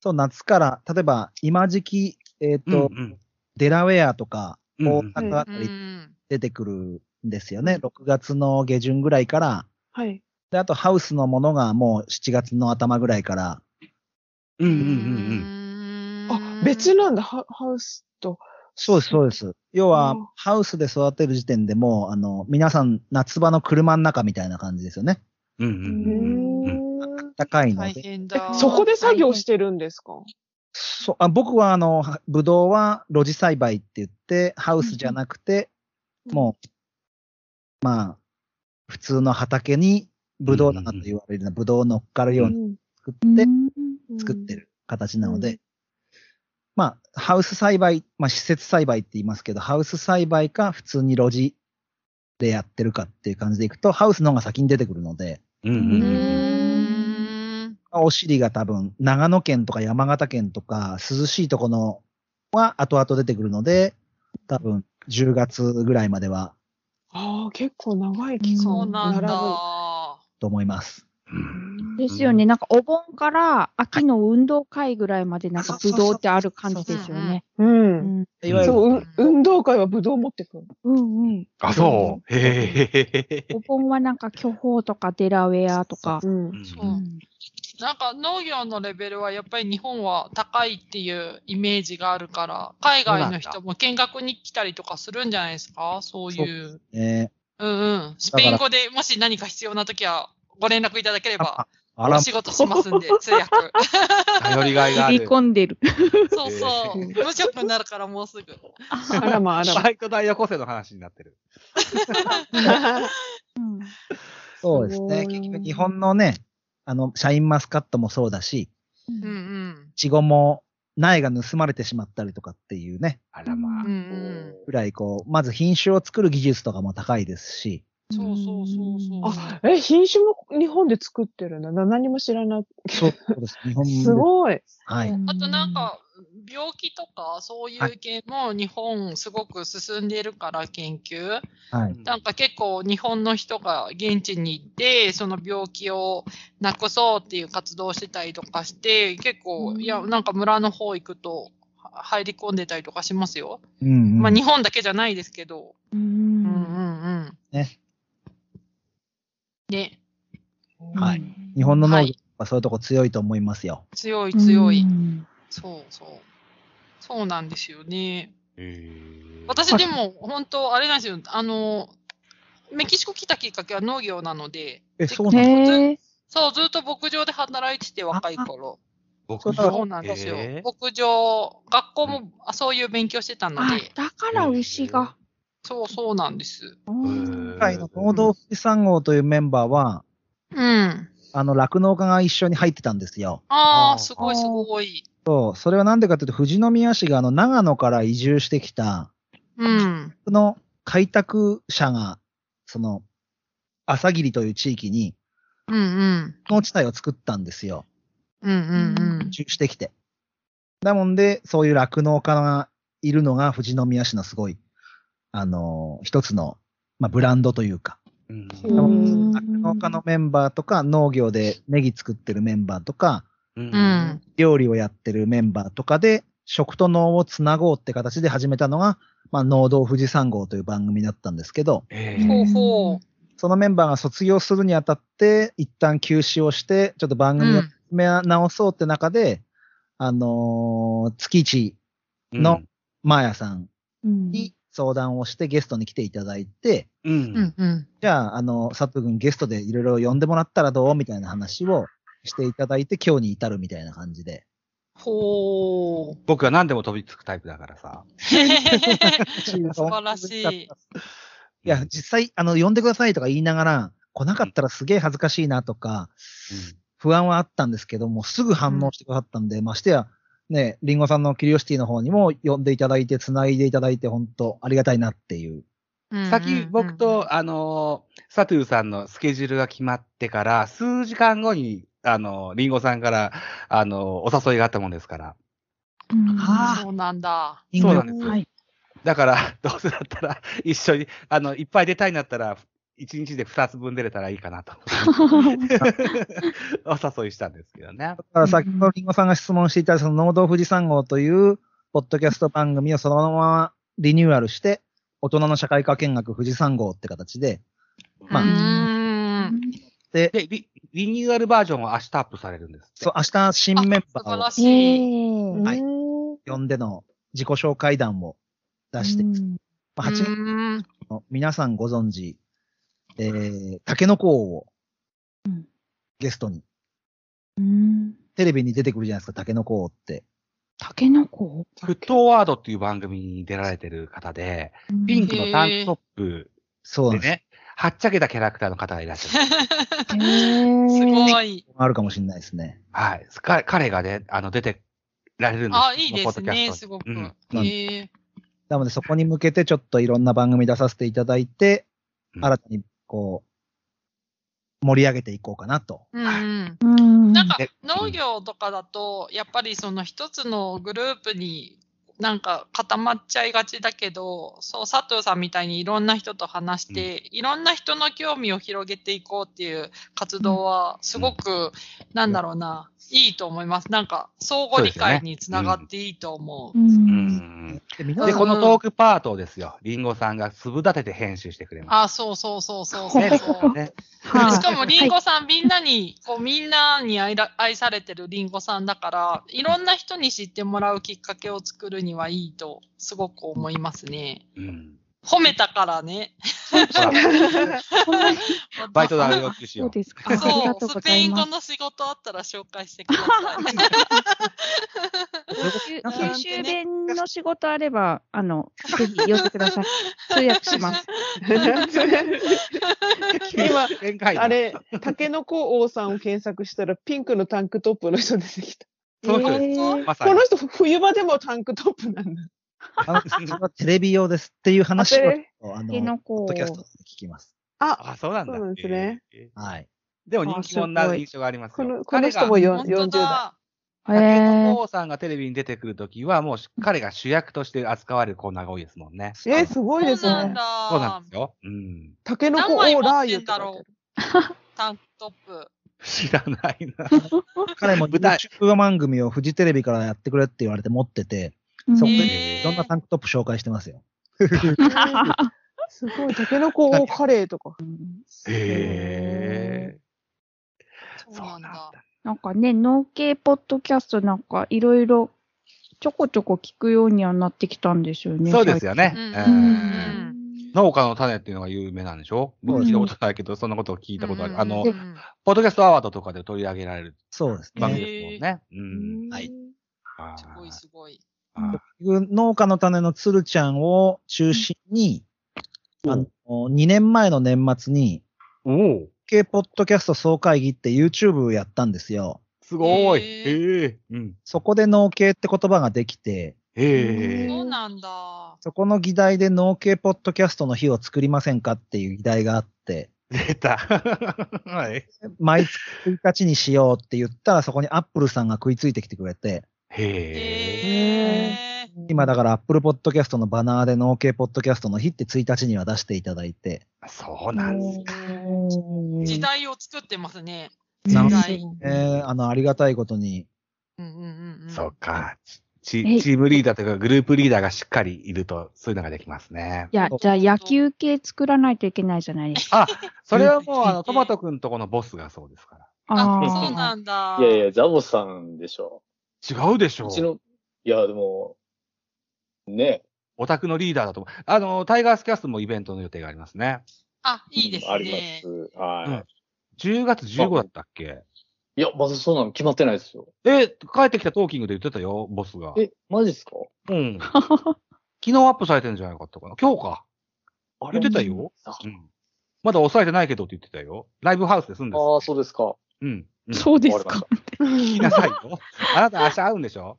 そう、夏から、例えば今時期、えっ、
うん
と、
うん
デラウェアとか、
うん
大阪あた
う
り
ん。
出てくるんですよね。6月の下旬ぐらいから、
はい。
で、あとハウスのものがもう7月の頭ぐらいから、
うんうん
あ、別なんだ、ハハウスと。
そうです、そうです。要は
うん、
ハウスで育てる時点でもう、あの、皆さん夏場の車の中みたいな感じですよね。
うんうんうんうんうん
う
高いの
大
で。
変だ。
そこで作業してるんですか
そうあ僕は、あの、はブドウは露地栽培って言って、ハウスじゃなくて、もう、まあ、普通の畑に、ブドウ棚と言われるような、ブドウを乗っかるように作って、作ってる形なので、
う
まあ、ハウス栽培、まあ、施設栽培って言いますけど、ハウス栽培か普通に路地でやってるかっていう感じでいくと、ハウスの方が先に出てくるので、
うんうん
うん。
まあお尻が多分、長野県とか山形県とか、涼しいとこのは後々出てくるので、多分、10月ぐらいまでは
ああ、結構長い期間。
そうなんだ。
と思います。
うん
ですよね。。なんかお盆から秋の運動会ぐらいまでなんかブドウってある感じですよね。
うん。
うん
いわゆる、
そう、う運動会はブドウ持ってくる。
うんうん。
あ、そう。へえ。
お盆はなんか巨峰とかデラウェアとか。
うん。
そうなんか農業のレベルはやっぱり日本は高いっていうイメージがあるから、海外の人も見学に来たりとかするんじゃないですかそういう。
えー
うんうん。スペイン語でもし何か必要な時はご連絡いただければ、
あ
お
ら、
仕事します んで、通訳。
頼りがいがあ
切り
る。
込んでる。
そうそう。無職になるからもうすぐ。
あらまあらま。
バイト代横生の話になってる。
うん
そうですね。
すごい
結局、日本のね、あの、シャインマスカットもそうだし、
うんうん
い。ちごも苗が盗まれてしまったりとかっていうね、
あらま
うん
あ
う。ん。
ぐらいこう、まず品種を作る技術とかも高いですし、
そうそうそうそう。
あ、え、品種も日本で作ってるんだ。な何も知らない。
そうそうです。日本
すごい。
はい。
あとなん、か、病気とかそういう系も日本すごく進んでるから研究。
はい。
なんか結構日本の人が現地に行って、その病気をなくそうっていう活動をしてたりとかして、結構、いや、なんか村の方行くとは入り込んでたりとかしますよ。
うん、うん。
まあ日本だけじゃないですけど。
う
うんうんんうん。
ね。
ね、
はい
うん
日本の農
は
業
い
はそういうとこ強いと思いますよ。
強い強い。
うん
そうそう。そうなんですよね。
へー
私でも、本当あれなんですよ。あの、メキシコ来たきっかけは農業なので、
え、
じ
そうなんです
へえ。
そう、ずっと牧場で働いてて、若い頃。
僕
あ
そうなんですよ。
へー
牧場、学校もあそういう勉強してたの
あ
で、、
だから牛が。
そうそうなんです。
うん
今回の農道富士山号というメンバーは、
うん。
あの、酪農家が一緒に入ってたんですよ。
あ
あー
あ、すごいすごい。
そう。それはなんでかというと、富士宮市があの、長野から移住してきた、
うん。
その開拓者が、その、朝霧という地域に、
うんうん。
農地帯を作ったんですよ。
うんうんうん
移。住してきて。だもんで、そういう酪農家がいるのが、富士宮市のすごい、あのー一つの、まあ、ブランドというか、
うん
うん
酪農家のメンバーとか、農業でネギ作ってるメンバーとか、
う。
うんん。
料理をやってるメンバーとかで、食と農をつなごうって形で始めたのが、まあ、農道富士山号という番組だったんですけど、
へ
うん
ー
ほうほ
そのメンバーが卒業するにあたって、一旦休止をして、ちょっと番
う。
組
う
を
ん。
進め直そうって中で、あのー月一、のマーヤさん
うん
に相談をしてゲストに来ていただいて、
うん。う
うんんうん。
じゃあ、あの、佐藤君ゲストでいろいろ呼んでもらったらどうみたいな話をしていただいて、今日に至るみたいな感じで。
ほー。
僕は何でも飛びつくタイプだからさ。
素晴らしい。
いや、実際、あの、呼んでくださいとか言いながら、来なかったらすげえ恥ずかしいなとか、不安はあったんですけども、すぐ反応してくださったんで、ましてや、ね、リンゴさんのキュリオシティの方にも呼んでいただいて、繋いでいただいて、本当ありがたいなっていう。
さっき僕と、あのー、サトゥーさんのスケジュールが決まってから、数時間後に、あのー、リンゴさんから、あのー、お誘いがあったもんですから。
はあ
そうなんだ。
リン
そう
ゴ
なんです。
はい。
だから、 どうせだったら、一緒に、あの、いっぱい出たいんだったら、一日で二つ分出れたらいいかなと。お誘いしたんですけどね。
だから先ほどリンゴさんが質問していた、その農道富士山号という、ポッドキャスト番組をそのままリニューアルして、大人の社会科見学富士山号って形で、まあ
うーん。
で、
でリ、リニューアルバージョンは明日アップされるんですって。
そう、明日新メンバ
素晴
ー
ら
を
しい。
はい呼んでの自己紹介談を出して、まあ8
う
月
ーん
の皆さんご存知、えー、タケノコ王を
うん
ゲストに、
うん。
テレビに出てくるじゃないですか、タケノコ王って。
タケノコ
グッドワードっていう番組に出られてる方で、ピンクのタンクトップ
そうなん
で
です。
ね、はっちゃけたキャラクターの方がいらっし ゃる。
へー
すごい。
あるかもしれないですね。
はい。か彼がね、あの、出てられるんです
あ、いいですね、すごく。
う
へ
ん
え。
なので、そこに向けてちょっといろんな番組出させていただいて、
うん
新たにこう、盛り上げていこうかなと。
うんうん。
うん。
なんか
で
農業とかだと、やっぱりその一つのグループになんか固まっちゃいがちだけど、そう、佐藤さんみたいにいろんな人と話して、いろんな人の興味を広げていこうっていう活動は、すごく、なんだろうな、いいと思います。なんか、相互理解につながっていいと思う。
うん
うん。
で、みんな
で、
で
このトークパートをですよ、リンゴさんが粒立てて編集してくれま
あ、そうそうそうそう
す。
そう
ね
そう。
ね
はい
しかも、リンゴさん、みんなに、こう、みんなに愛ら愛されてるリンゴさんだから、いろんな人に知ってもらうきっかけを作るにはいいと、すごく思いますね。
うん。
褒めたからね。
ほら
こんな
バイト代を要求し
そ
よ
う
う。
ですか。ありが
そ
と
う、
うご
ス
ざ
ペ
い
イン
ま
語
す。
の仕事あったら紹介してくださ
九州弁の仕事あれば、あの、ぜひ寄せてくだ さい。通訳します。
今、
展開
あれ、タケノコ王さんを検索したら、ピンクのタンクトップの人出てきた。
その人です。
え
まさ
こ
に
の。人、冬場でもタンクトップなんだ。
あのそれはテレビ用ですっていう話を、あ
ー、
の、
の
ポ
こ
ッドキャストで聞きます。
あ、
あ、そうなんだ。
そうなんですね
えー。
はい。
でも人気者
あす
な
ごい
印象がありますよ。
このこの人も
彼が
よ
い。本当
40代。
だ。
へ
竹野
え
坊さんがテレビに出てくるときは、もうし彼が主役として扱われるコーナーが多いですもんね。
えー、すごい
そ
で
う
す
なん
ね。
だ。
そうなんですよ。うん。
タケノコ
何
王
枚持
ラ
っ
ー
て
油
んだろ
って
う。タンクトップ。
知らないな。
彼も
舞台
YouTube 番組をフジテレビからやってくれって言われて持ってて、そこ
うん
でいろんなタンクトップ紹介してますよ。
書いてある。すごい、タケノコ王カレーとか。
へえ。
そうなんだ。
なんかね、農系ポッドキャストなんかいろいろちょこちょこ聞くようにはなってきたんですよね。
そうですよね。
う
うんん
最
うん
近。
農家の種っていうのが有名なんでしょ僕
うん
聞いたことないけど、そんなことを聞いたことあ
う
る。
ん
あの
う、ん
ポッドキャストアワードとかで取り上げられる
そうです
番
ね。
組ですもんね。うん。
はい。
あー
すごいすごい。
あー
農家の種のつるちゃんを中心に、あの、2年前の年末に、
おお
系ポッドキャスト総会議って YouTube やったんですよ。
すご
へ
い。へえ。うん。
そこで農系って言葉ができて、
へえ。
そうなんだ。
そこの議題で農系ポッドキャストの日を作りませんかっていう議題があって、
出た。 はい。
毎月1日にしようって言ったら、そこにアップルさんが食いついてきてくれて、
へえ。
へえ。
今だからアップルポッドキャストのバナーで農系ポッドキャストの日って1日には出していただいて、
そうなんですか。
時代を作ってますね。時
なる
代。
えーあの、ありがたいことに、
うんうんうんうん。
そうか。チ
えい
チームリーダーというかグループリーダーがしっかりいると、そういうのができますね。
いや、じゃあ野球系作らないといけないじゃないですか。
あ、それはもう、あの、トマトくんとこのボスがそうですか
あ
ー
そうなんだ。
いやいや、ザボさんでしょ。
ら。違うでしょ
うちの、いや、でも、ね。
オタクのリーダーだと思う。あの、タイガースキャストもイベントの予定がありますね。
あ、いいです
ありま
ね。
す。はい。
10月15だったっけ
いや、まだそうなの決まってないですよ。
え、帰ってきたトーキングで言ってたよ、ボスが。
え、マジっすか
うん。昨日アップされてんじゃなかったかな。今日か。
あ
言ってたよ。
あ
うん。まだ抑えてないけどって言ってたよ。ライブハウスですんです。
あー、そうですか。
うん。うん
そうで
わ
す
かりま
か
し。
聞きなさいよ。あなた明日会うんでしょ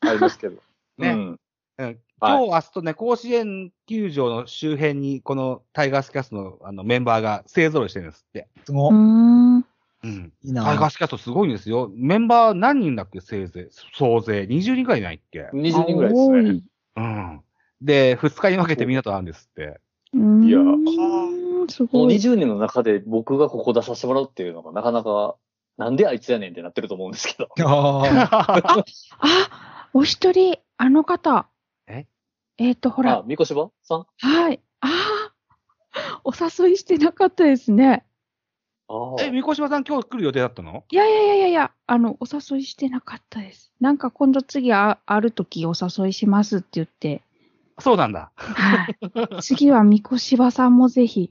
た。ありますけど。
ね
うん。
うん今
はい
日、明日とね、甲子園球場の周辺に、このタイガースキャストのあのメンバーが勢揃いしてるんですって。
すご
うー
い。
ん。
うん。
いいな
タイガースキャストすごいんですよ。メンバー何人だっけ、せいぜい。総勢。20人くらいいないっけ。
20人ぐらいですね。
うん。で、2日に分けてみんなと会うんですって。
多い。
いや
うーんす
こ
ご
の
い。
20人の中で僕がここ出させてもらうっていうのがなかなか、なんであいつやねんってなってると思うんですけど。
あ
あ、お一人、あの方。
え
えっと、ほ
あ
ら、、
みこしばさん
はい。ああ、お誘いしてなかったですね。
ああ。
え、三越島さん今日来る予定だったの
いやいやいやいやいや、あの、お誘いしてなかったです。なんか今度次あある時お誘いしますって言って、
そうなんだ。
はい。次はみこしばさんもぜひ。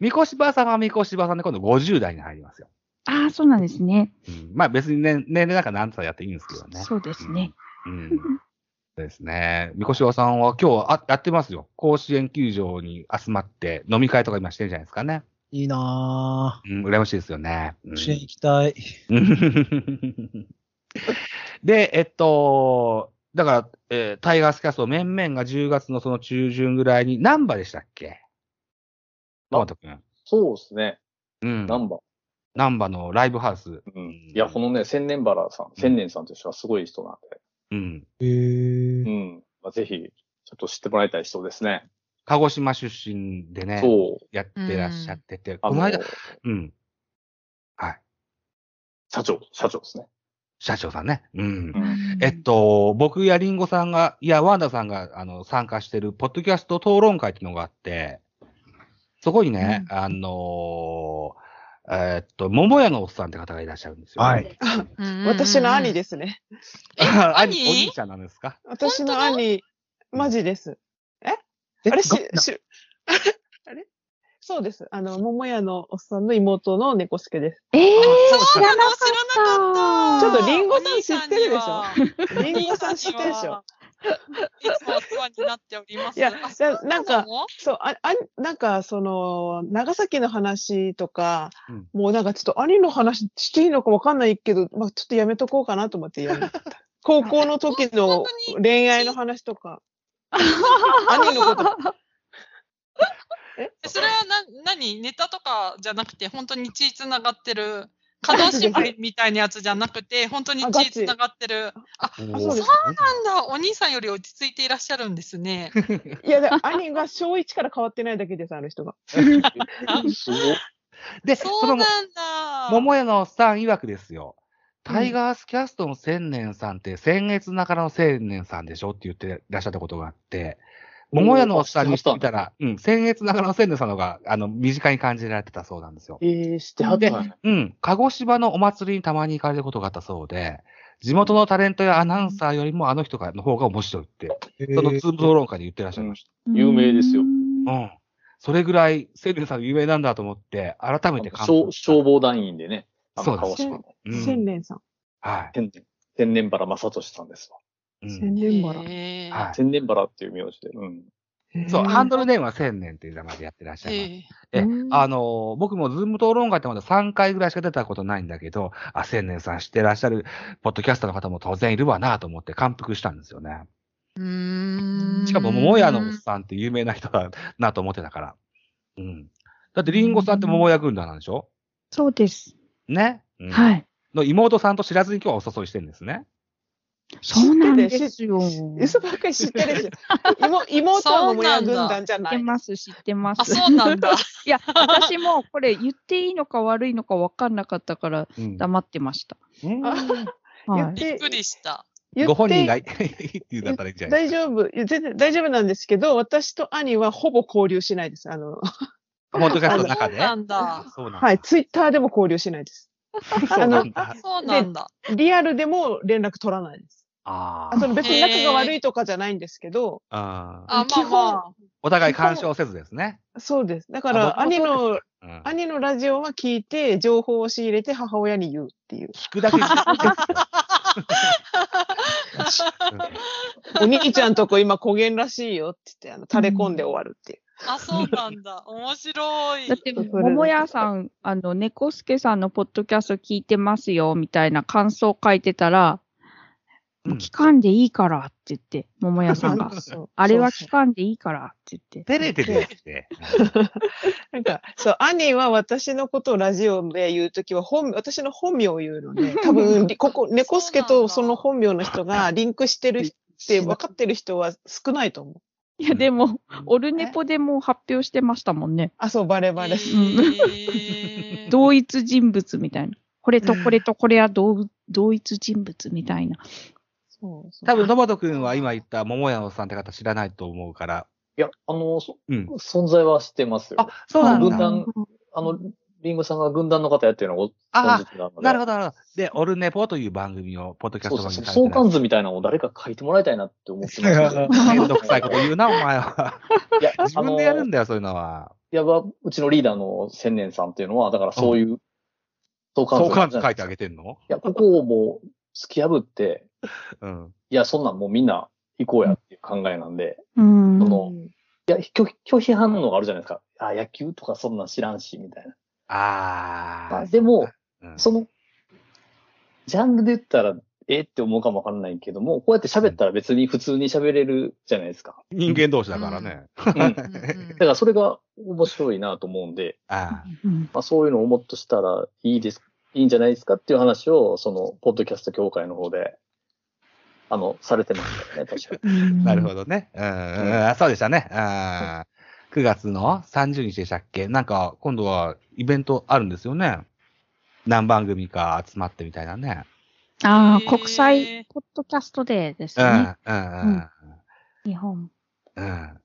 三越島さんは三越島さんで今度50代に入りますよ。
ああ、そうなんですね。
うん、まあ別に、ね、年齢なんか何歳やっていいんですけどね。
そうですね。
うん。そうですね。三越さんは今日あやってますよ。甲子園球場に集まって飲み会とか今してるんじゃないですかね。
ーいいな
うん、羨ましいですよね。う
ぁ。
ん
支援行きたい。
で、えっと、だから、えータイガースキャスト面々が10月のその中旬ぐらいに、ナンバでしたっけトマト君。
そうですね。
うん。
ナンバ。
ナンバのライブハウス。
うん。いや、このね、千年原さん、千年さんという人はすごい人なん
うん。
へ
で。
ー
うん。まあ、ぜひ、ちょっと知ってもらいたい人ですね。
鹿児島出身でね、
そう。
やってらっしゃってて、
あ
この
の
間、、うん。はい。
社長、社長ですね。
社長さんね。うん。
うん
えっと、僕やリンゴさんが、いや、ワンダさんが、あの、参加してる、ポッドキャスト討論会っていうのがあって、そこにね、あのーえっと、桃屋のおっさんって方がいらっしゃるんですよ。
はい。
私の兄
す。
ですね。
あ。
兄
おじいちゃんなんですか
私の兄、マジです。
え
あれし
が、
し、 あれそうです。あの、桃屋のおっさんの妹の猫助 です。
ええ
そう
知らなかった。
ちょっとリンゴさん知ってるでしょ
ょ
リンゴさん知ってるでしょ。
いつもお世話になっております。
いや
あそう
なんか
なの
そう、あ、あ、なんか、その、長崎の話とか、
うん
もうなんかちょっと兄の話していいのかわかんないけど、まあちょっとやめとこうかなと思ってや めた。高校の時の恋愛の話とか。 兄のこと。
それはな、何ネタとかじゃなくて、本当に血つながってる、可動縛りみたいなやつじゃなくて、本当に
あガチ
血つながってる。あ、
そう
そうです
なんだ、お兄さんより落ち着いていらっしゃるんですね。
いや、で兄が小1から変わってないだけです、あの人が。
すごい。
で、そ
そう
の
なんだ。
桃屋のおっさん曰くですよ。タイガースキャストの千年さんって、先月中の千年さんでしょって言ってらっしゃったことがあって、桃屋のおっさんにしてみたら、うん、先月中の千年さんの方が、あの、身近に感じられてたそうなんですよ。
えー、してはったんや。
うん、鹿児島のお祭りにたまに行かれることがあったそうで、地元のタレントやアナウンサーよりもあの人がの方が面白いって、その
へ
ツーブ討論会で言ってらっしゃいまし
有
有名ですよ。
た。うん。それぐらい、千年さん有名なんだと思って、改めて感
消
動した
消防団員でね、あの、
そ
鹿
う
児
で
島の
す。うん
千年さん。
は
天然、天然原正俊さんですわ。
い。うん
千年バ
へー
はい
天然原っていう名字で。うん。
そう、ハンドルネームは千年っていう名前でやってらっしゃいます。
へ
え
うん
あのー僕もズーム討論会ってまだ3回ぐらいしか出たことないんだけど、あ、千年さん知ってらっしゃる、ポッドキャスターの方も当然いるわなと思って感服したんですよね。
ーうーん
しかも、桃屋のおっさんって有名な人だなと思ってたから。うん。だって、リンゴさんって桃屋軍団なんでしょ
そうです。
ね、うん、。
はいい。
の妹さんと知らずに今日はお誘いしてるんですね。
そうなんですよ。
嘘ばっかり知ってるでし ょ。妹妹は桃屋軍団じゃ
知っ
な
て
い。
ます、知ってま
あ、
す。
そうなんだ。
いや、 私もこれ言っていいのか悪いのか分かんなかったから
うん。
黙ってました。
うん
あ
は
言
い。
びっくりした。
言って
ご本人がい いいっていうんだったらいいんじゃない
大丈夫。いや全然大丈夫なんですけど、私と兄はほぼ交流しないです。あの、
ポッドキャストの
そ
中
う
で。
なんだ。
そうなんだ。
はい、ツイッターでも交流しないです。
そうなんだ。
そうなんだ。
リアルでも連絡取らないです。
あ
あ
ー
その別に仲が悪いとかじゃないんですけど、
あー。
あ、まあまあ。
お互い干渉せずですね。
そうです。だか
あ
ら、
僕も
兄
そう
の
うん
兄のラジオは聞いて、情報を仕入れて母親に言うっていう。
聞くだけ。
お兄ちゃんとこ今古言らしいよって言って、あの、垂れ込んで終わるっていう。
あ、そうなんだ。面白い。
だって、桃屋さん、あの、猫助さんのポッドキャスト聞いてますよ、みたいな感想書いてたら、
うん
聞かんでいいからって言って、桃屋さんが。
そう
あれは聞かんでいいからって言って。
照れてるやつで。
なんか、そう、兄は私のことをラジオで言うときは本、私の本名を言う ので、多分、りここ、猫助とその本名の人がリンクしてるって分かってる人は少ないと思う。
いや、でも、オルネポでもう発表してましたもんね。
あ、そう、バレバレ。
へー
同一人物みたいな。これとこれとこれは同同一人物みたいな。
そうそう
多分、ノバト君は今言った桃屋のさんって方知らないと思うから。
いや、あの、そ
うん。
存在は知ってますよ。
あ、そうなん
軍
だ。
団、あの、リンゴさんが軍団の方やってるのをご存
あ
知なので。
なるほど、なるほど。で、オルネポという番組を、ポッドキャス
そ
ト
うそ
番組さ
うそう。
れて
相
らっ
関
し
図みたいなのを誰か書いてもらいたいなって思ってますけど。
ゃる。めんどくさいこと言うな、お前 は。
いや、
自
あ
分
の、
でやる
い
んだよ、そういうのは。
やば、うちのリーダーの千年さんっていうのは、だからそういう、相関
相
図。
関図書いてあ
い
げてんの
や、ここをもう突き破って、
うん。
いや、そんなんもうみんな行こうやっていう考えなんで、
うん。
その、いや、拒否拒否反応があるじゃないですか。あ、野球とかそんなん知らんし、みたいな。
あ
まあ
ー。
でも、
うん、
その、ジャンルで言ったら、えーって思うかもわかんないけども、こうやって喋ったら別に普通に喋れるじゃないで すか。
人間同士だからね。
うん。
う
だ
んうん
からそれが面白いなと思うんで、
あ
うん
まあそういうのをもっとしたらいいです、いいんじゃないですかっていう話を、その、ポッドキャスト協会の方で、あの、されてましたよね、確かに。
あ、なるほどね。うん、うんあそうでしたね。あー9月の30日でしたっけなんか、今度はイベントあるんですよね。何番組か集まってみたいなね。
あ
へ
あ、
ー
国際ポッドキャストデーです
うん、う
ね。
ん、うん。
日本。
うん。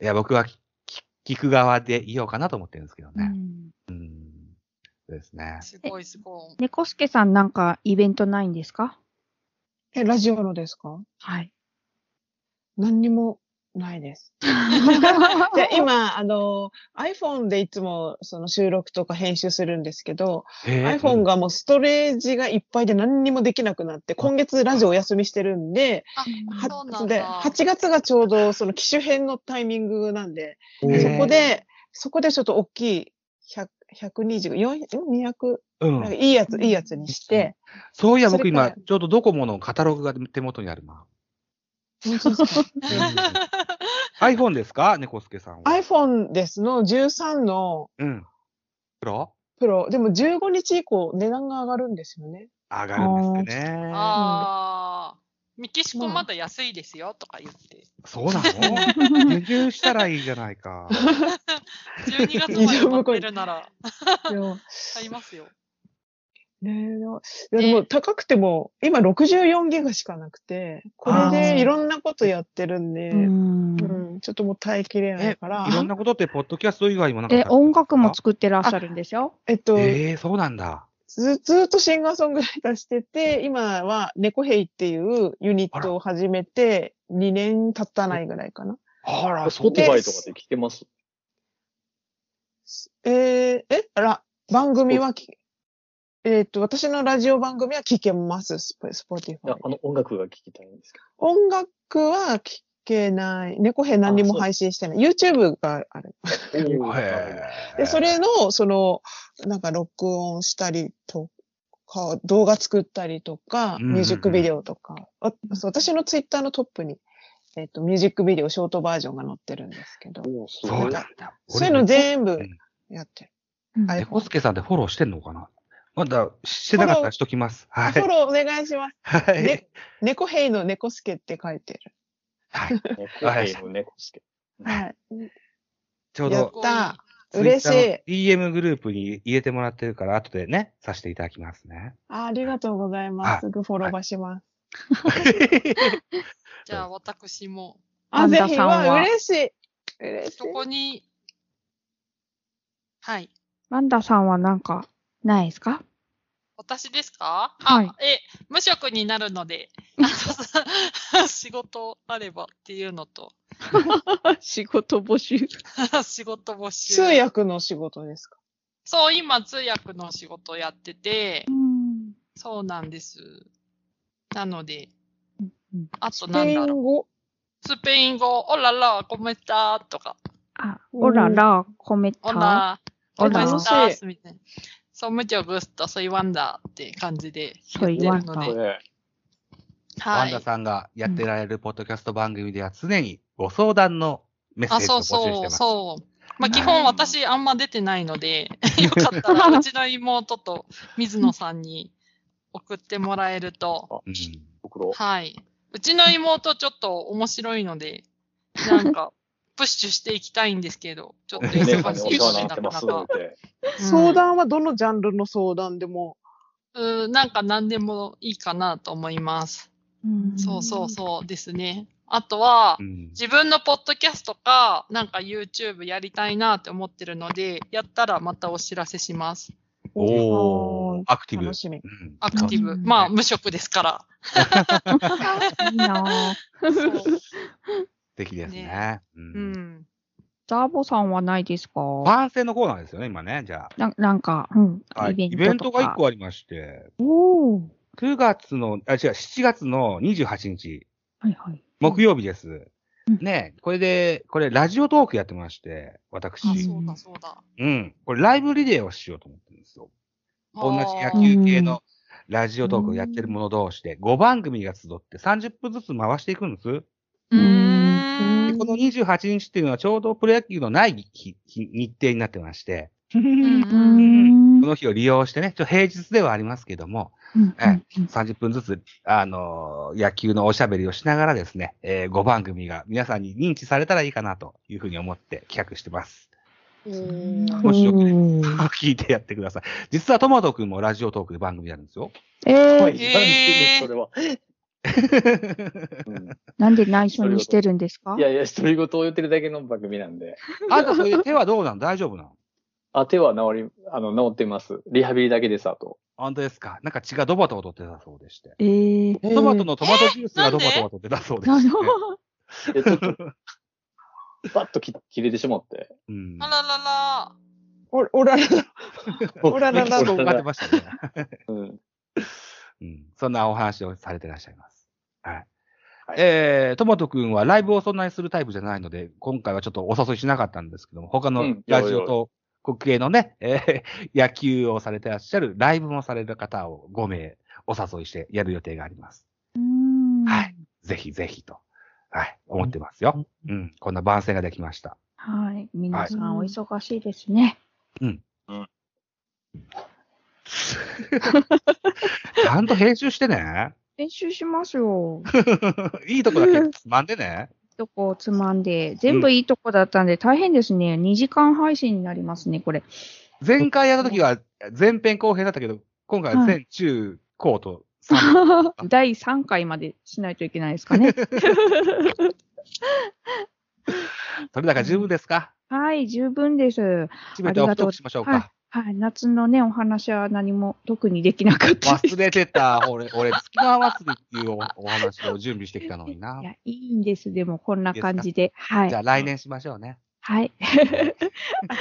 いや、僕はきき聞く側でいようかなと思ってるんですけど
う
ね。
ん
うん。そうですね。
すごいすごい。
猫助さんなんかイベントないんですか
え、ラジオのですか
はい。
何にもないです。いや、今、あの、iPhone でいつもその収録とか編集するんですけど、
へー
iPhone がもうストレージがいっぱいで何にもできなくなって、今月ラジオお休みしてるんで、
あ、そうな
は
ん
で
だ。
8月がちょうどその機種編のタイミングなんで、
へー
そこで、そこでちょっと大きい100、120、400、200、
う
なんか
ん。
いいやつ、いいやつにして、
そういや、
そ
僕
れから
今、ちょうどドコモのカタログが手元にあるな。iPhone ですか猫助さんは。
iPhone ですの13の
うん。黒
プロ、でも15日以降値段が上がるんですよね。
上がるんですってね。
ああ。メキシコまだ安いですよとか言って。
そうなの輸入したらいいじゃな いか。
12月まで待ってるなら、
いや
買 いますよ。
ねえ、いやでも高くても、今64ギガしかなくて、これ
あー
でいろんなことやってるんで、
う
うん
ん
ちょっともう耐えきれない
え
から
い、ろんなことって、ポッドキャスト以外もなんか。
で、音楽も作ってらっしゃるんでしょ
えっと、
ええそうなんだ。
ずずっとシンガーソングライターしてて、今は猫ヘイっていうユニットを始めて、2年経たないぐらいかな。
あら、
ス
そ
ポ
う
テ
で
ィファ
で
イとかで聞けます。
えーえ、あら、番組はき、えーっと、私のラジオ番組は聞けます、スポスポティ
い
フ
や
ァイ。
あの音楽が聞きたいんですけ
音楽は聞けない。猫ヘイ何にも配信してない。YouTube がある。
ど。
へー
で、それの、その、なんか録音したりとか、動画作ったりとか、
うんうんうん
ミュージックビデオとか、あそう私のツイッターのトップに、えっ、と、ミュージックビデオショートバージョンが載ってるんですけど、
おーすごい
そうなんだ。
そういうの全部
ん
やってる。
うん
あれ
猫助さんってフォローしてんのかなまだ、してなかったらしときます。はい
フォ。ローお願いします。
はい
ね。猫ヘイの猫助って書いてる。
はい。
猫ヘイの猫助。
はい。
ちょう
やっ
ど、
た。嬉しい。
い。EM グループに入れてもらってるから、後でね、させていただきますね。
あありがとうございます。すぐフォローばします。
じゃあ私も、
はい
あ、ぜ
神
ひ、
田さんは
わ嬉しい。嬉しい
そ。こに、はい。
ワンダさんはなんかないですか
私ですか
はい
あ、え、無職になる ので、あの 仕事あればっていうのと、
仕事募集。
仕事募集。
通訳の仕事ですか
そう、今、通訳の仕事やってて、
うん
そうなんです。なので、
うん
あと
スペ
なん
イ
だ
ン
ろ
語。
う。スペイン語、オララ、コメタとか、
あ、オララ、コメ
オ
タ。
ラ、コ
オ
メ
ラ
タみたいな。そう、むちょぐすと、そういわんだって感じで言ってる
そ
の
う
こ
言
で。
れ、
ワ
は
ンダ
い。
さんがやってられるポッドキャスト番組では常にご相談のメッセー
あ、
ジを
そ
募
う
集
そ
してま
う、
す。
そう。まあ、基本私あんま出てない ので、よかったら、うちの妹と水野さんに送ってもらえると、
うん
お苦労。
はい。うちの妹ちょっと面白いので、なんか、プッシュしていきたいんですけど、ちょっと
姉
忙
さんに
し
お
い
世
の
話に
でな
な
か
って
な
ます
か
っ。て。
相談はどのジャンルの相談でも。
うん、うんなんか何でもいいかなと思います。
うん
そうそうそうですね。あとは
う、ん
自分のポッドキャストか、なんか YouTube やりたいなって思ってるので、やったらまたお知らせします。
おー、アクティブ。
楽しみ。
うん
アクティブ。
うん
まあ、無職ですから。
いいなぁ
そう
素敵ですね
ね。
う。
うんん。
ザーボさんはないですか
番宣のコーナーですよね、今ね、じゃ
ななんか、うん
あ。はい。イ
イ
ベ
ベ
ン
ン
ト
トと
が
か。
1個ありまして、
おお。
9月の、あ、違う、7月の28日、
はいはい。
木曜日です
うん。
ねこれで、これ、ラジオトークやってまして、
あ、
私。
そうだ、そうだ。
うん。これ、ライブリレーをしようと思ってるんですよ。同じ
あ
野
ー
球系のラジオトークをやってる者同士で、5番組が集って30分ずつ回していくんです。
うー
で
ん。
この28日っていうのはちょうどプロ野球のない日日日程になってまして、
うん
う
うん
ん
この日を利用してね、ちょっと平日ではありますけども、
うん
え30分ずつ、あのー野球のおしゃべりをしながらですね、え5番組が皆さんに認知されたらいいかなというふうに思って企画してます。もしよければ聞いてやってください。実はトマト君もラジオトークで番組やるんですよ。
え
はい、何
ー、
言ってんのそれは。う
なんで内緒にしてるんですか
んいやいや、独り言を言ってるだけの番組なんで。
あんたそれで手はどうなの大丈夫なの
あ、手は治り、あの、治ってます。リハビリだけです、あと。
本当ですかなんか血がドバドバと出たそうでして。
えー、
トマトのトマトジュースが
えーな
ド
んで
バドバと出たそうで
な
して
るほ。ど。
でちょっと、バッと切切れてしまって。
うん
あららら。
おおらら ら。おららら
結構かってましたね。
うん。
うんそんなお話をされてらっしゃいます。はい。えー、トマト君はライブをそんなにするタイプじゃないので、今回はちょっとお誘いしなかったんですけども、他
う
の
ん
ラジオと国営のね、えー野球をされてらっしゃる、ライブもされる方を5名お誘いしてやる予定があります。
うん
はい。ぜひぜひと、はい、思ってますよ。うん、こんな番宣ができました。
はい。皆さん
は
お
い
忙しいですね。
ちゃんと編集してね。
練習します よ。
いいとこだけつまんでね。
とこつまんで、全部いいとこだったんで大変ですね。2時間配信になりますね、これ。
前回やった時は前編後編だったけど、今回は全中高と3部
第3回までしないといけないですか ね。
それだから十分ですか
はい、十分です。
すべてオフトークしましょうか。
はい、はい、夏のね、お話は何も特にできなかったです。
忘れてた。俺、俺、月の祭りっていうおお話を準備してきたのにない
や、いいんです、でも、こんな感じで。はい
じゃ。あ来年しましょうね。
はい。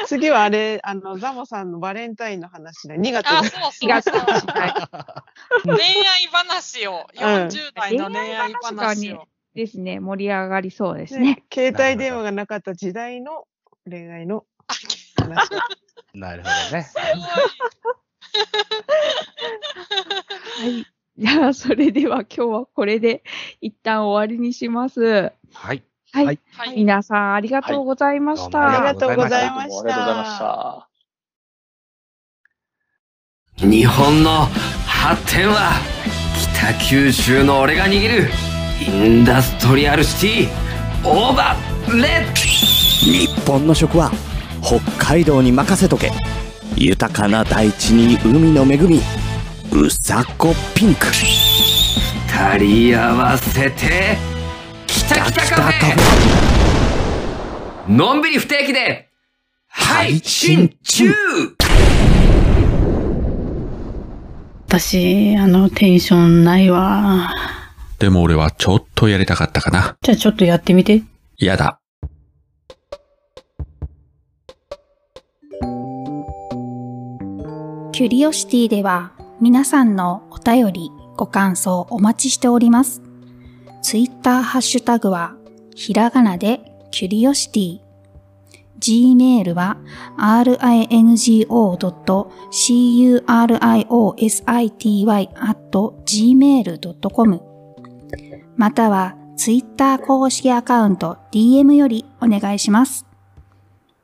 次はあれ、あの、ザモさんのバレンタインの話で、2月
あ、 そうそうそう。
は
恋愛話を。40代の恋愛話を。
い。ですね、盛り上がりそうです
ね、
ね。
携帯電話がなかった時代の恋愛の話。
なるほどね。
すごい。
はい。じゃあ、それでは今日はこれで一旦終わりにします。
はい。
はい。
はい
はい。
皆さんありがとうございました。
はいどう
ありがとう
も
ござい
どうもあ
ま
り
し。
がとうございましたた。
日本の発展は北九州の俺が握るインダストリアルシティオーバーレッ
日本の食は北海道に任せとけ豊かな大地に海の恵みうさこピンク
二人合わせて北北カフェのんびり不定期で配信中
私、あの、テンションないわ。
でも俺はちょっとやりたかったかな。
じゃあちょっとやってみて。
嫌だ。
キュリオシティでは皆さんのお便り、ご感想お待ちしております。ツイッターハッシュタグはひらがなでキュリオシティ。Gmail は ringo.curiosity.gmail.com またはツイッター公式アカウント DM よりお願いします。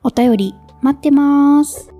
お便り待ってます。